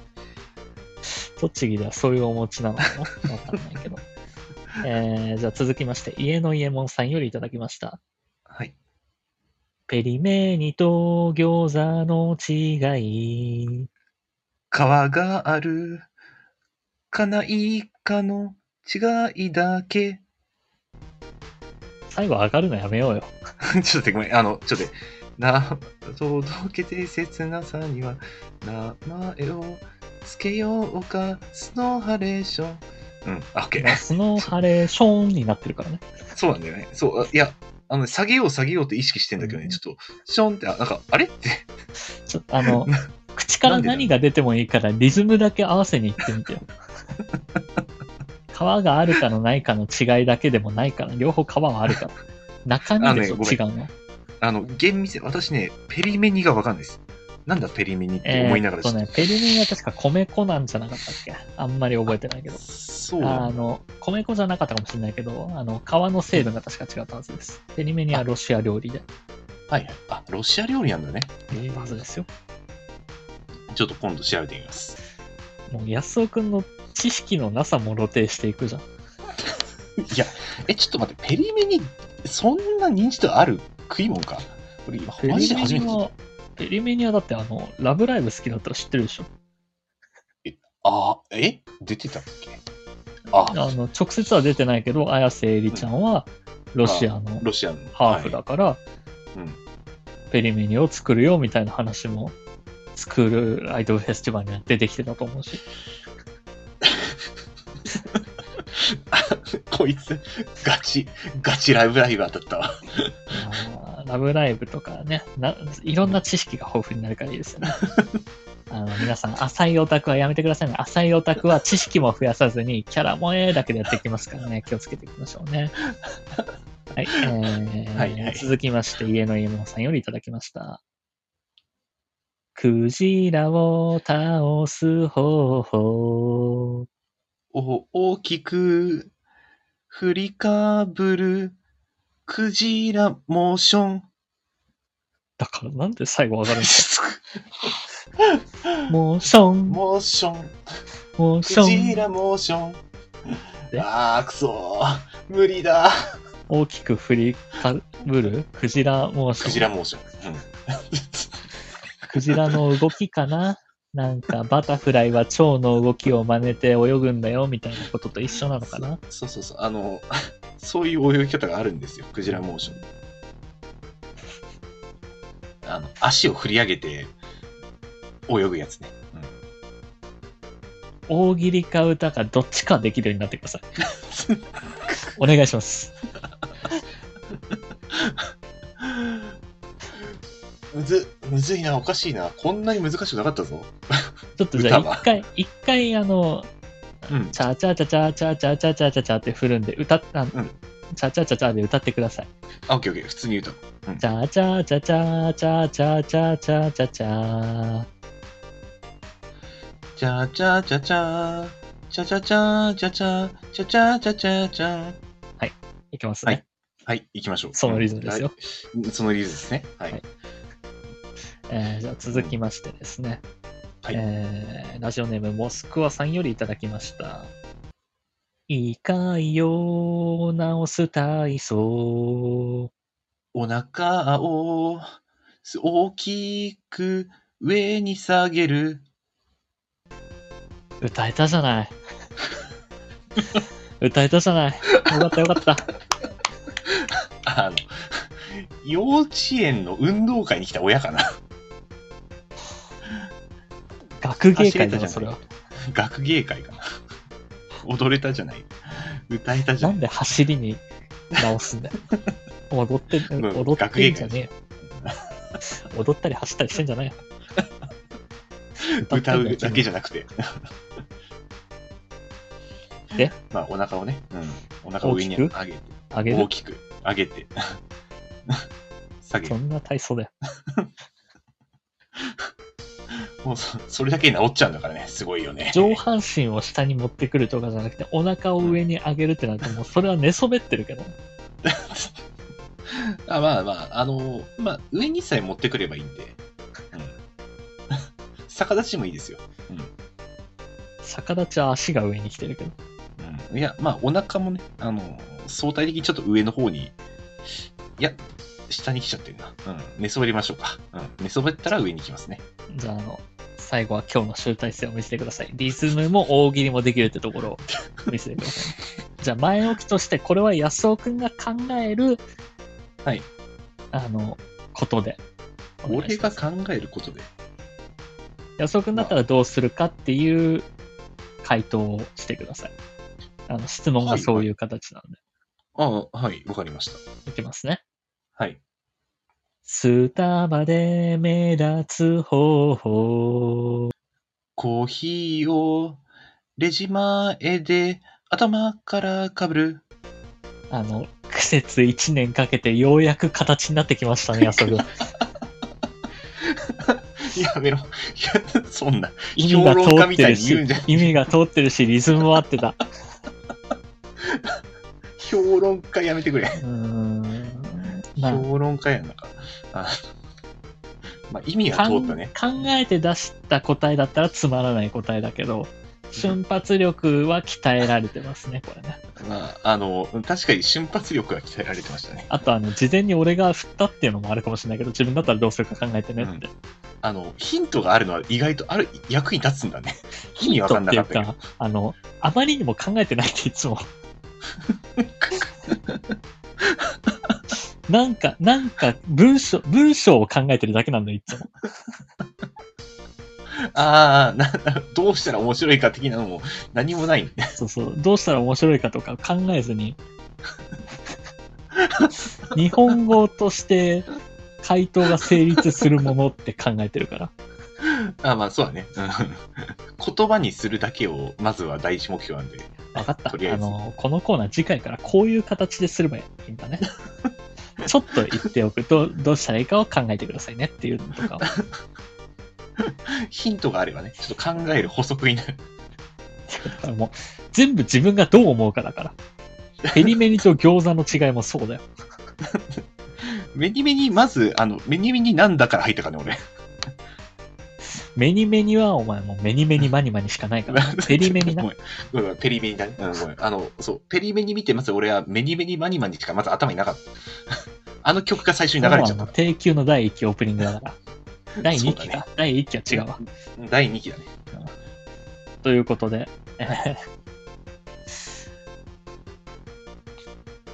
Speaker 1: 栃木ではそういうお餅なのかなわかんないけど。えー、じゃあ続きまして、家の家門さんよりいただきました。
Speaker 2: はい。
Speaker 1: ペリメニと餃子の違い。
Speaker 2: 皮があるかないかの違いだけ。
Speaker 1: 最後上がるのやめようよ。
Speaker 2: *laughs* ちょっと待ってごめん。あの、ちょっと待って。な、届けて切なさには名前をつけようか、スノーハレーション。うん、あ、オッケ
Speaker 1: *laughs*
Speaker 2: ー。
Speaker 1: スノーハレーションになってるからね。
Speaker 2: そうなんだよね。そう、あいや、あの、下げよう下げようって意識してんだけどね、
Speaker 1: うん
Speaker 2: ちょっと、ションって、あなんか、あれって、
Speaker 1: ちょっとあの、口から何が出てもいいからリズムだけ合わせに行ってみて
Speaker 2: *laughs*
Speaker 1: よ。皮があるかのないかの違いだけでもないから、両方皮はあるから。中身でしょ、
Speaker 2: あのね
Speaker 1: 違うの。
Speaker 2: *laughs* あの、厳密に、私ね、ペリメニがわかんないです。なんだペリメニって
Speaker 1: え
Speaker 2: 思いながら、
Speaker 1: えっとね、ペリニは確か米粉なんじゃなかったっけあんまり覚えてないけど。
Speaker 2: そう
Speaker 1: あ
Speaker 2: な
Speaker 1: の、米粉じゃなかったかもしれないけど、あの、皮の成分が確か違ったはずです。ペリメニはロシア料理で。
Speaker 2: はいはい。あ、ロシア料理なんだね。
Speaker 1: はずですよ。
Speaker 2: ちょっと今度調べてみます。
Speaker 1: もう、安尾くんの知識のなさも露呈していくじゃん。
Speaker 2: いや、え、ちょっと待って、ペリメニ、そんな認知度ある食い物かこれ今、
Speaker 1: ペリ
Speaker 2: マジで
Speaker 1: メ
Speaker 2: 初め
Speaker 1: ニ
Speaker 2: て聞い
Speaker 1: は、ペリメニはだってあの、ラブライブ好きだったら知ってるでしょ。
Speaker 2: た。あ、え出てたっけあ
Speaker 1: あ、の、直接は出てないけど、綾瀬えりちゃんは、ロシアの
Speaker 2: ロシアの。
Speaker 1: ハーフ
Speaker 2: は
Speaker 1: だから、
Speaker 2: い。うん。
Speaker 1: ペリメニを作るよみたいな話も、スクールアイドルフェスティバルには出てきてたと思うし。
Speaker 2: *laughs* こいつ、ガチ、ガチライブライバーだったわ。
Speaker 1: あーラブライブとかねないろんな知識が豊富になるからいいです
Speaker 2: *laughs*
Speaker 1: よね。あの皆さん、浅いオタクはやめてくださいね。浅いオタクは知識も増やさずに、キャラ萌えだけでやっていきます
Speaker 2: *laughs*
Speaker 1: からね、気をつけていきましょうね。はい、えー
Speaker 2: はいはい
Speaker 1: 続きまして、家の家門さんよりいただきました。クジラを倒す方法。
Speaker 2: お大きく振りかぶるクジラモーショ
Speaker 1: *laughs*
Speaker 2: ン。
Speaker 1: だからなんで最後上がるんですか
Speaker 2: *laughs*
Speaker 1: モーション、
Speaker 2: モーション。
Speaker 1: モーシ
Speaker 2: クジ
Speaker 1: ョン。
Speaker 2: ラモーション。
Speaker 1: え
Speaker 2: あー、くそー。無理だ。
Speaker 1: 大きく振りかぶるクジラモーション
Speaker 2: クジラモーション。うん
Speaker 1: クジラの動きかななんかバタフライは蝶の動きを真似て泳ぐんだよみたいなことと一緒なのかな
Speaker 2: そうそうそう。あの、そういう泳ぎ方があるんですよ。クジラモーション。あの、足を振り上げて、泳ぐやつね。うん、
Speaker 1: 大喜利か歌かどっちかできるようになってください。お願いします。
Speaker 2: むず、むずいな、おかしいな。こんなに難しくなかったぞ。
Speaker 1: ちょっとじゃあ
Speaker 2: 歌は
Speaker 1: 一回、一回あの、
Speaker 2: うん。
Speaker 1: チャチャチャチャチャチャチャチャチャチャって振るんで、歌っ、あ
Speaker 2: ん
Speaker 1: チャチャチャチャで歌ってください。
Speaker 2: あ、オッケーオッケー。普通に歌う。
Speaker 1: チャチャチャチャチャチャチャチャチャチャ。
Speaker 2: チャチャチャチャ。チャチャチャチャチャ。チャチャチャチャチャ。
Speaker 1: いきますね。
Speaker 2: はいはい、行きましょう。
Speaker 1: そのリズムですよ。
Speaker 2: うん。はいそのリズムですね。は
Speaker 1: はい
Speaker 2: い。
Speaker 1: えーじゃあ続きましてですね、
Speaker 2: はい
Speaker 1: えーラジオネームモスクワさんよりいただきました。異界を直す体操。
Speaker 2: お腹をす大きく上に下げる。
Speaker 1: 歌えたじゃ
Speaker 2: *laughs*
Speaker 1: ない。歌えたじゃない。よかったよかった。
Speaker 2: あの、 *laughs* 幼稚園の運動会に来た親かな。 *laughs*
Speaker 1: 学芸会だな、それは。
Speaker 2: 学芸会かな。 *laughs* 踊れたじゃない。歌えたじゃ
Speaker 1: な
Speaker 2: ない
Speaker 1: ん。で走りに直すん
Speaker 2: *laughs*
Speaker 1: だよ。踊って、
Speaker 2: ん
Speaker 1: 踊ってんじゃねえよ。踊ったり走ったりしてんじゃないよ。
Speaker 2: *laughs* 歌うだけじゃなくて。
Speaker 1: で
Speaker 2: *laughs* まあ、お腹をね、うん、お腹を上に上
Speaker 1: 大
Speaker 2: げ
Speaker 1: き
Speaker 2: て、
Speaker 1: あげ
Speaker 2: 大
Speaker 1: る。
Speaker 2: きく上げて、 *laughs* 下げ
Speaker 1: そ
Speaker 2: る。
Speaker 1: んな体操だよ。
Speaker 2: もうそ、それだけに治っちゃうんだからね、すごいよね。
Speaker 1: 上半身を下に持ってくるとかじゃなくて、お腹を上に上げるってなると、もうそれは寝そべってるけど。
Speaker 2: *laughs* あまあまあ、あの、まあ、上にさえ持ってくればいいんで、うん、 *laughs* 逆立ちもいいですよ。
Speaker 1: 逆立ちは足が上に来てるけど。
Speaker 2: うん、いや、まあ、お腹もね、あの、相対的にちょっと上の方に、いや、下に来ちゃってるな。うん、寝そべりましょうか。うん、寝そべったら上に来ますね。
Speaker 1: じゃあ、あの、最後は今日の集大成を見せてください。リズムも大喜利もできるってところを *laughs* 見せてくださいね、じゃあ、前置きとして、これは安尾くんが考える、
Speaker 2: はい。
Speaker 1: あの、ことで。お願い
Speaker 2: 俺
Speaker 1: しま
Speaker 2: が
Speaker 1: す
Speaker 2: 考えることで。
Speaker 1: 安尾くんだったらどうするかっていう回答をしてください。あの、質問がそういう形なんで。
Speaker 2: ああ、はい、わかりました。
Speaker 1: いきますね。
Speaker 2: はい。
Speaker 1: スタバで目立つ方法。
Speaker 2: コーヒーをレジ前で頭からかぶる。 *laughs*
Speaker 1: あの、苦節1年かけてようやく形になってきました
Speaker 2: *laughs*
Speaker 1: ね、安尾くん。
Speaker 2: やめろ。いや、そんな。
Speaker 1: 意味が
Speaker 2: 評論家
Speaker 1: 通っ
Speaker 2: み
Speaker 1: て
Speaker 2: たい
Speaker 1: る
Speaker 2: に言う
Speaker 1: し
Speaker 2: んじ *laughs* ゃな、い
Speaker 1: 意味が通ってるし、リズムも合ってた。
Speaker 2: 評論家やめてくれ。
Speaker 1: うーん。 *laughs* まあ
Speaker 2: 評論家やんなんか。あまあ、意味が通ったね。
Speaker 1: かん考えて出した答えだったらつまらない答えだけど、瞬発力は鍛えられてますね、これね。
Speaker 2: まあ、あの、確かに瞬発力が鍛えられてましたね。
Speaker 1: あと、あの、事前に俺が振ったっていうのもあるかもしれないけど、自分だったらどうするか考えてねって。
Speaker 2: あの、ヒントがあるのは意外とある、役に立つんだね。意味わかんなかったけ
Speaker 1: *laughs* ヒント
Speaker 2: ど。
Speaker 1: っていうか、あの、あまりにも考えてないっていつ
Speaker 2: *laughs*
Speaker 1: も。なんか、なんか、文章、文章を考えてるだけなんだよ、いつも。
Speaker 2: ああ、な、 *laughs* どうしたら面白いか的なのも何もない。 *laughs*
Speaker 1: そうそう。どうしたら面白いかとか考えずに。日本語として回答が成立するものって考えてるから。
Speaker 2: あまあそうだね。うん *laughs* 言葉にするだけを、まずは第一目標なんで。
Speaker 1: 分かった。
Speaker 2: とり
Speaker 1: あ
Speaker 2: あえず
Speaker 1: の、このコーナー次回からこういう形ですればいいんだね。ちょっと言っておくと、どうしたらいいかを考えてくださいねっていうのとかを。
Speaker 2: ヒントがあればね、ちょっと考える補足になる。 *laughs*
Speaker 1: だからもう、全部自分がどう思うかだから。ペリメニと餃子の違いもそうだよ。
Speaker 2: メニメニ、まず、あの、メニメニなんだから入ったかね、俺。
Speaker 1: メニメニはお前もうメニメニマニマニしか
Speaker 2: *laughs*
Speaker 1: ないから。ペリメニな
Speaker 2: ご。めんごめんごめん、ペリメニだね。うん、ごめん。あの、そう、ペリメニ見て、まず俺はメニメニマニマニしかまず頭になかった。 *laughs* あの曲が最初に流れちゃっ
Speaker 1: もうあ
Speaker 2: た
Speaker 1: の。定休の第1期オープニングだから。第2
Speaker 2: そう
Speaker 1: 期
Speaker 2: だ
Speaker 1: か。
Speaker 2: ね
Speaker 1: 第1期は違うわ。。
Speaker 2: 第2期だね。
Speaker 1: ということで、えー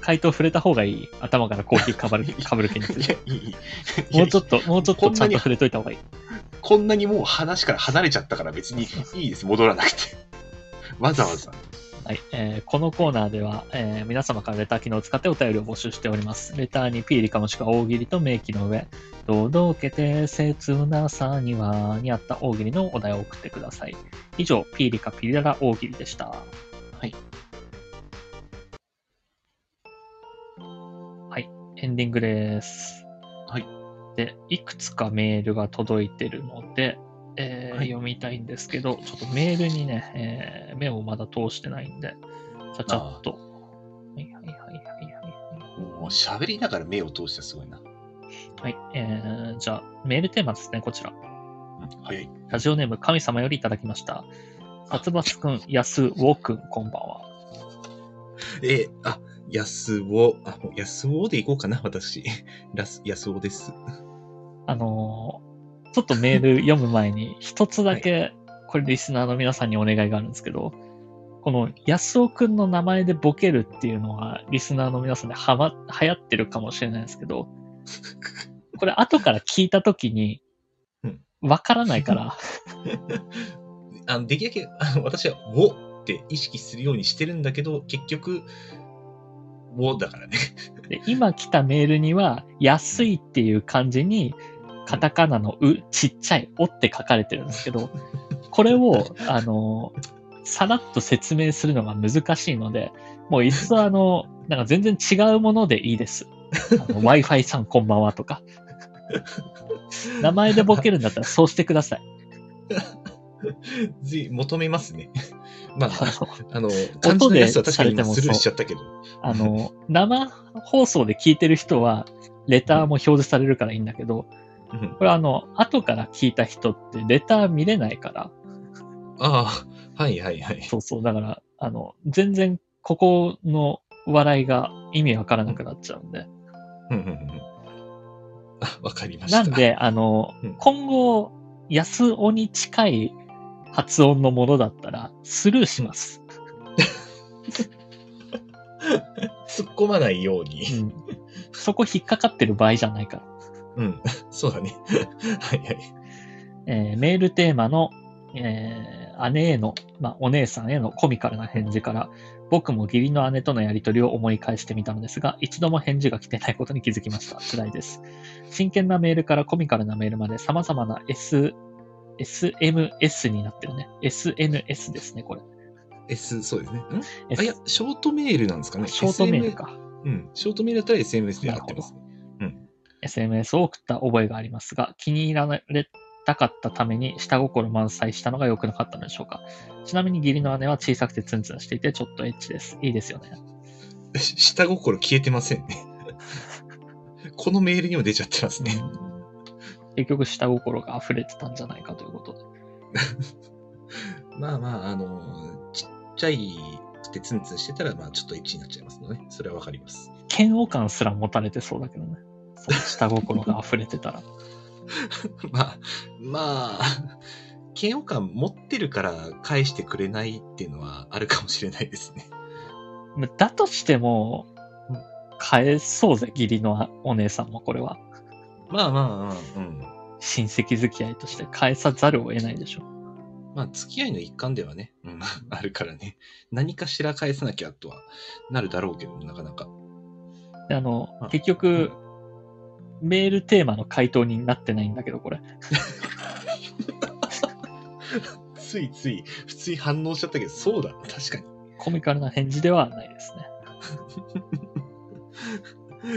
Speaker 1: 回答触れた方がいい。頭
Speaker 2: *laughs*
Speaker 1: からコーヒーかぶるかぶる気にする。
Speaker 2: いや、いいいい。
Speaker 1: もうちょ
Speaker 2: っ
Speaker 1: っと、もうちょっとちゃんと触れといた方がいい。
Speaker 2: こんなにもう話から離れちゃったから別にいいです、戻らなくて。わざわざ。
Speaker 1: はい、えーこのコーナーでは、えー皆様からレター機能を使ってお便りを募集しております。レターにピーリカもしくは大喜利と名記の上、堂々けて切なさにはにあった大喜利のお題を送ってください。以上、ピーリカピリララ大喜利でした。はい。はい、エンディングです。
Speaker 2: はい。
Speaker 1: で、いくつかメールが届いてるので、えー
Speaker 2: はい
Speaker 1: 読みたいんですけど、ちょっとメールにね、えー目をまだ通してないんで、ちゃちゃっと。はいはいはいはいはい。
Speaker 2: もう喋りながら目を通してすごいな。
Speaker 1: はい、えーじゃあ、メールテーマですね、こちら。
Speaker 2: うん、早い。
Speaker 1: ラジオネーム、神様よりいただきました。殺伐くん、安、ウォくん、こんばんは。
Speaker 2: えーあ、安尾。あ、もう安尾でいこうかな、私。ラス、安尾です。
Speaker 1: あのーちょっとメール読む前に、一つだけ、これリスナーの皆さんにお願いがあるんですけど、この安尾くんの名前でボケるっていうのは、リスナーの皆さんではま、流行ってるかもしれないですけど、これ後から聞いたときに
Speaker 2: うん、
Speaker 1: わからないから、
Speaker 2: *laughs* あの、できるだけ、あの、私は、をって意識するようにしてるんだけど、結局、をだからね。 *laughs*
Speaker 1: で今来たメールには、安いっていう漢字に、カタカナのう、ちっちゃいおって書かれてるんですけど、これを、あの、さらっと説明するのが難しいので、もういっそあの、なんか全然違うものでいいです。あの Wi-Fi さんこんばんはとか。名前でボケるんだったらそうしてください。
Speaker 2: ずい求めますね。 *laughs* ま
Speaker 1: あ
Speaker 2: あ、
Speaker 1: の
Speaker 2: あの、漢字のやつは確かに
Speaker 1: 音でされて
Speaker 2: 今
Speaker 1: も
Speaker 2: スルーしちゃったけど。
Speaker 1: あの、生放送で聞いてる人は、レターも表示されるからいいんだけど、
Speaker 2: うん、
Speaker 1: これあの、後から聞いた人ってレター見れないから、
Speaker 2: ああ、はいはいはい。
Speaker 1: そうそう、だから、あの、全然ここの笑いが意味わからなくなっちゃうんで。
Speaker 2: うんうんうんあ、わかりました。
Speaker 1: なんで、あの
Speaker 2: うん、
Speaker 1: 今後、安尾に近い発音のものだったら、スルーします。
Speaker 2: 突っ込まないように。
Speaker 1: うん。そこ引っかかってる場合じゃないから。
Speaker 2: うん、 *laughs* そうだね。はいはい。
Speaker 1: えーメールテーマの、えー姉への、まあ、お姉さんへのコミカルな返事から、僕も義理の姉とのやりとりを思い返してみたのですが、一度も返事が来てないことに気づきました。辛いです。真剣なメールからコミカルなメールまで様々な S、SMS になってるね。SNS ですね、これ。
Speaker 2: S、そうですね。んあ、い
Speaker 1: S
Speaker 2: や、ショートメールなんですかね。
Speaker 1: ショートメールか。
Speaker 2: SM。うん、ショートメールだったら SMS でやってますね。
Speaker 1: SMS を送った覚えがありますが、気に入られたかったために下心満載したのが良くなかったのでしょうか。ちなみに義理の姉は小さくてツンツンしていて、ちょっとエッチです。いいですよね。
Speaker 2: し *laughs* 下心消えてませんね。 *laughs* このメールにも出ちゃってますね。
Speaker 1: 結局下心が溢れてたんじゃないかということで。
Speaker 2: まあまあ、あの、ちっちゃいくてツンツンしてたら、まあちょっとエッチになっちゃいますのね。それはわかります。 *laughs*
Speaker 1: 嫌悪感すら持たれてそうだけどね。その下心が溢れてたら。 *laughs*
Speaker 2: まあ、まあ、嫌悪感持ってるから返してくれないっていうのはあるかもしれないですね。
Speaker 1: だとしても
Speaker 2: うん、
Speaker 1: 返そうぜ、義理のお姉さんもこれは。
Speaker 2: まあまあまあ、うん。
Speaker 1: 親戚付き合いとして返さざるを得ないでしょう。
Speaker 2: まあ、付き合いの一環ではね、 *laughs* うん、あるからね。何かしら返さなきゃとはなるだろうけど、なかなか。
Speaker 1: であの
Speaker 2: うん、
Speaker 1: 結局、メールテーマの回答になってないんだけど、これ。
Speaker 2: ついつい、普通に反応しちゃったけど、そうだ、確かに。
Speaker 1: コミカルな返事ではないですね。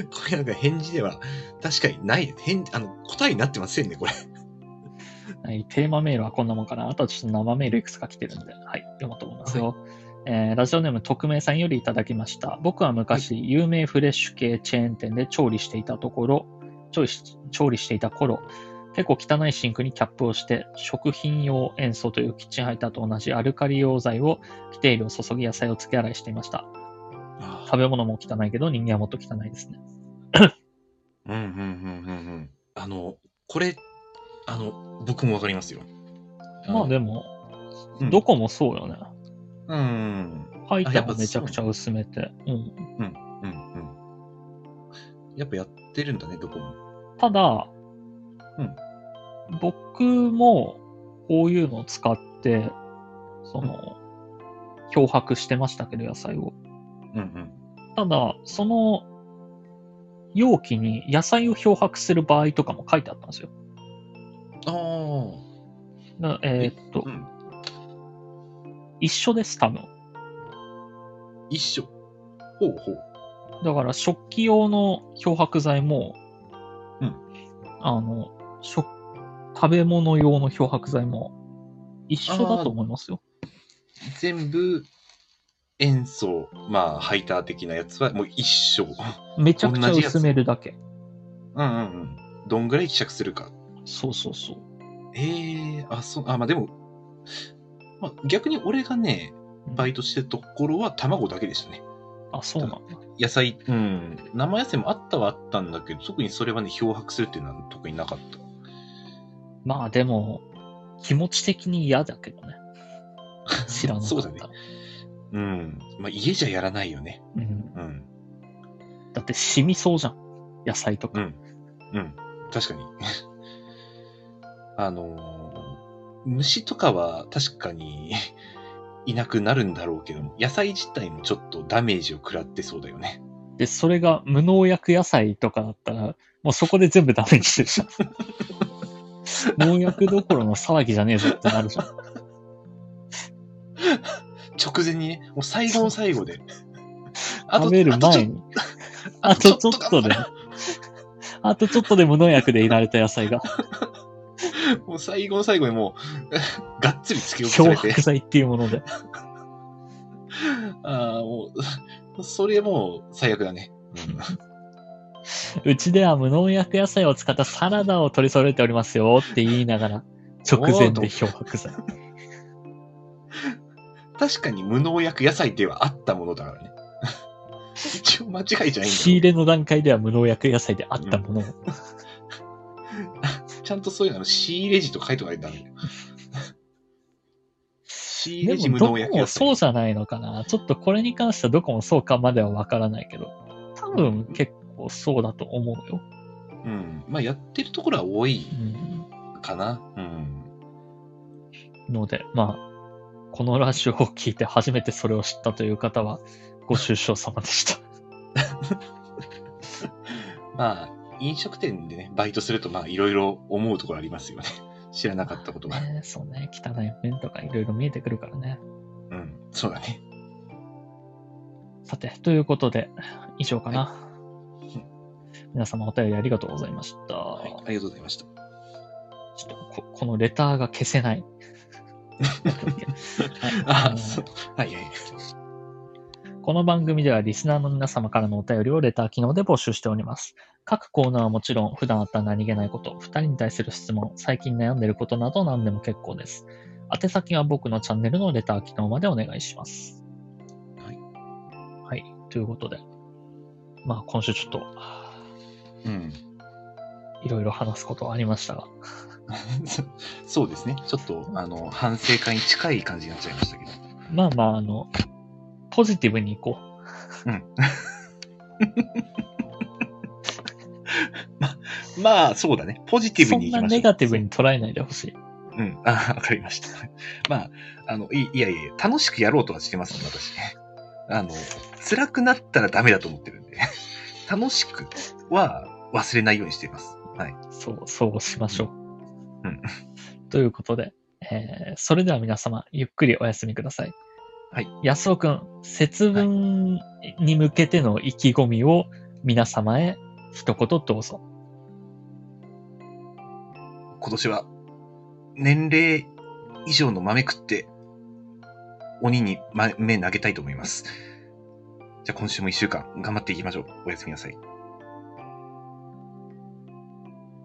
Speaker 2: これなんか返事では、確かにない、返あの、答えになってませんね、これ。
Speaker 1: はい、テーマメールはこんなもんかな。あとはちょっと生メールいくつか来てるんで、はい、読もうと思いますよ。えーラジオネーム匿名さんよりいただきました。僕は昔、有名フレッシュ系チェーン店で調理していたところ、調理し調理していた頃、結構汚いシンクにキャップをして、食品用塩素というキッチンハイターと同じアルカリ用剤を、規定量注ぎ野菜を付け洗いしていました。食べ物も汚いけど、人間はもっと汚いですね。
Speaker 2: うん、うん、うん、うん、うん。あの、これ、あの、僕もわかりますよ。
Speaker 1: まあでも、
Speaker 2: うん
Speaker 1: どこもそうよね。
Speaker 2: うん、
Speaker 1: ハイタ
Speaker 2: あや
Speaker 1: ー
Speaker 2: っぱ
Speaker 1: をめちゃくちゃ薄めて。うん
Speaker 2: うん、うん。やっぱやってるんだね、どこも。
Speaker 1: ただ、
Speaker 2: うん
Speaker 1: 僕もこういうのを使って、その、漂白してましたけど、野菜を。
Speaker 2: うん
Speaker 1: ただ、その容器に野菜を漂白する場合とかも書いてあったんですよ。
Speaker 2: うん。あ
Speaker 1: な
Speaker 2: あ。
Speaker 1: えーっと
Speaker 2: う、ん。
Speaker 1: 一緒です、多分。
Speaker 2: 一緒。ほうほう。
Speaker 1: だから食器用の漂白剤も、
Speaker 2: うん
Speaker 1: あの、食、食べ物用の漂白剤も一緒だと思いますよ。
Speaker 2: 全部、塩素、まあ、ハイター的なやつは、もう一緒。う
Speaker 1: めちゃくちゃ
Speaker 2: 同じやつ
Speaker 1: 薄めるだけ。
Speaker 2: んうんうん。どんぐらい希釈するか。
Speaker 1: そうそうそう。
Speaker 2: ええあ、そう、あ、まあでも、まあ、逆に俺がね、バイトしてたところは卵だけでしたね。
Speaker 1: あ、そうなんだ。
Speaker 2: 野菜、うん。生野菜もあったはあったんだけど、特にそれはね、漂白するっていうのは特になかった。
Speaker 1: まあでも、気持ち的に嫌だけ
Speaker 2: *laughs*
Speaker 1: どね。知らなかった。
Speaker 2: そうだねうん。まあ、家じゃやらないよね。
Speaker 1: うん。
Speaker 2: うん。
Speaker 1: だって染みそうじゃん。野菜とか。
Speaker 2: うん。うん。確かに。 *laughs* あのー虫とかは確かに *laughs* いなくなるんだろうけども、野菜自体もちょっとダメージを食らってそうだよね。
Speaker 1: で、それが無農薬野菜とかだったら、もうそこで全部ダメにしてるじゃ *laughs* ん。農薬どころの騒ぎじゃねえぞってなるじゃん。
Speaker 2: 直前にね、もう最後の最後で。あ
Speaker 1: 食べる
Speaker 2: あとちょ
Speaker 1: 前に。あとちょっとで。あとちょっとで無農薬でいられた野菜が、
Speaker 2: もう最後の最後でもう、 *laughs* がっつり突き落とさ
Speaker 1: 漂
Speaker 2: れて
Speaker 1: 白。剤っていうもので。
Speaker 2: ああ、もう、 *laughs* それもう最悪だね。
Speaker 1: うちでは無農薬野菜を使ったサラダを取り揃えておりますよって言いながら、直前で漂白剤。
Speaker 2: 確かに無農薬野菜ではあったものだからね。 *laughs* 一応間違いじゃないんだ
Speaker 1: 仕入れの段階では無農薬野菜であったものを、
Speaker 2: ちゃんとそういうのあの仕入れ時と書いておかないとダ
Speaker 1: *laughs*
Speaker 2: メだよ。仕入れ時
Speaker 1: でも
Speaker 2: 無
Speaker 1: どこ
Speaker 2: 農薬
Speaker 1: も
Speaker 2: 野
Speaker 1: そう
Speaker 2: 菜。
Speaker 1: じゃないのかな。ちょっとこれに関してはどこもそうかまではわからないけど、多分結構そうだと思うよ。
Speaker 2: うん。まあやってるところは多い
Speaker 1: うん、
Speaker 2: かな。うん。
Speaker 1: ので、まあ、このラジオを聞いて初めてそれを知ったという方は、ご愁傷様で
Speaker 2: *laughs*
Speaker 1: した。
Speaker 2: まあ、飲食店でね、バイトするとまあいろいろ思うところありますよね。 *laughs* 知らなかったことが。
Speaker 1: ね、そうね、汚い面とかいろいろ見えてくるからね。
Speaker 2: うん。そうだね。
Speaker 1: さて、ということで、以上かな。
Speaker 2: い
Speaker 1: 皆様お便りありがとうございました。
Speaker 2: はい。ありがとうございました。
Speaker 1: ちょっとここのレターが消せない。はい
Speaker 2: *laughs* あ
Speaker 1: あの
Speaker 2: あ、そう。はいはい。
Speaker 1: この番組ではリスナーの皆様からのお便りをレター機能で募集しております。各コーナーはもちろん、普段あった何気ないこと、二人に対する質問、最近悩んでることなど何でも結構です。宛先は僕のチャンネルのレター機能までお願いします。
Speaker 2: はい。
Speaker 1: はい。ということで、まあ今週ちょっと、
Speaker 2: うん。
Speaker 1: いろいろ話すことはありましたが、
Speaker 2: そそうですね。ちょっと、あの、反省会に近い感じになっちゃいましたけど。
Speaker 1: まあまあ、あの、ポジティブにいこう。
Speaker 2: まあ、そうだね。ポジティブ
Speaker 1: そ
Speaker 2: に
Speaker 1: ん
Speaker 2: いきま
Speaker 1: な
Speaker 2: しょう。
Speaker 1: ネガティブに捉えないでほしい。
Speaker 2: うん。あ、わかりました。 *laughs* まあ、あの、いいいやいやいや、楽しくやろうとはしてますね、私。あの、辛くなったらダメだと思ってるんで、楽しくは忘れないようにしています。はい。
Speaker 1: そう、そうしましょう。
Speaker 2: うん
Speaker 1: *laughs* ということで、えーそれでは皆様、ゆっくりお休みください。
Speaker 2: はい。
Speaker 1: 安尾くん、節分に向けての意気込みを皆様へ一言どうぞ。
Speaker 2: 今年は、年齢以上の豆食って、鬼に豆投げたいと思います。じゃあ今週も一週間頑張っていきましょう。おやすみなさい。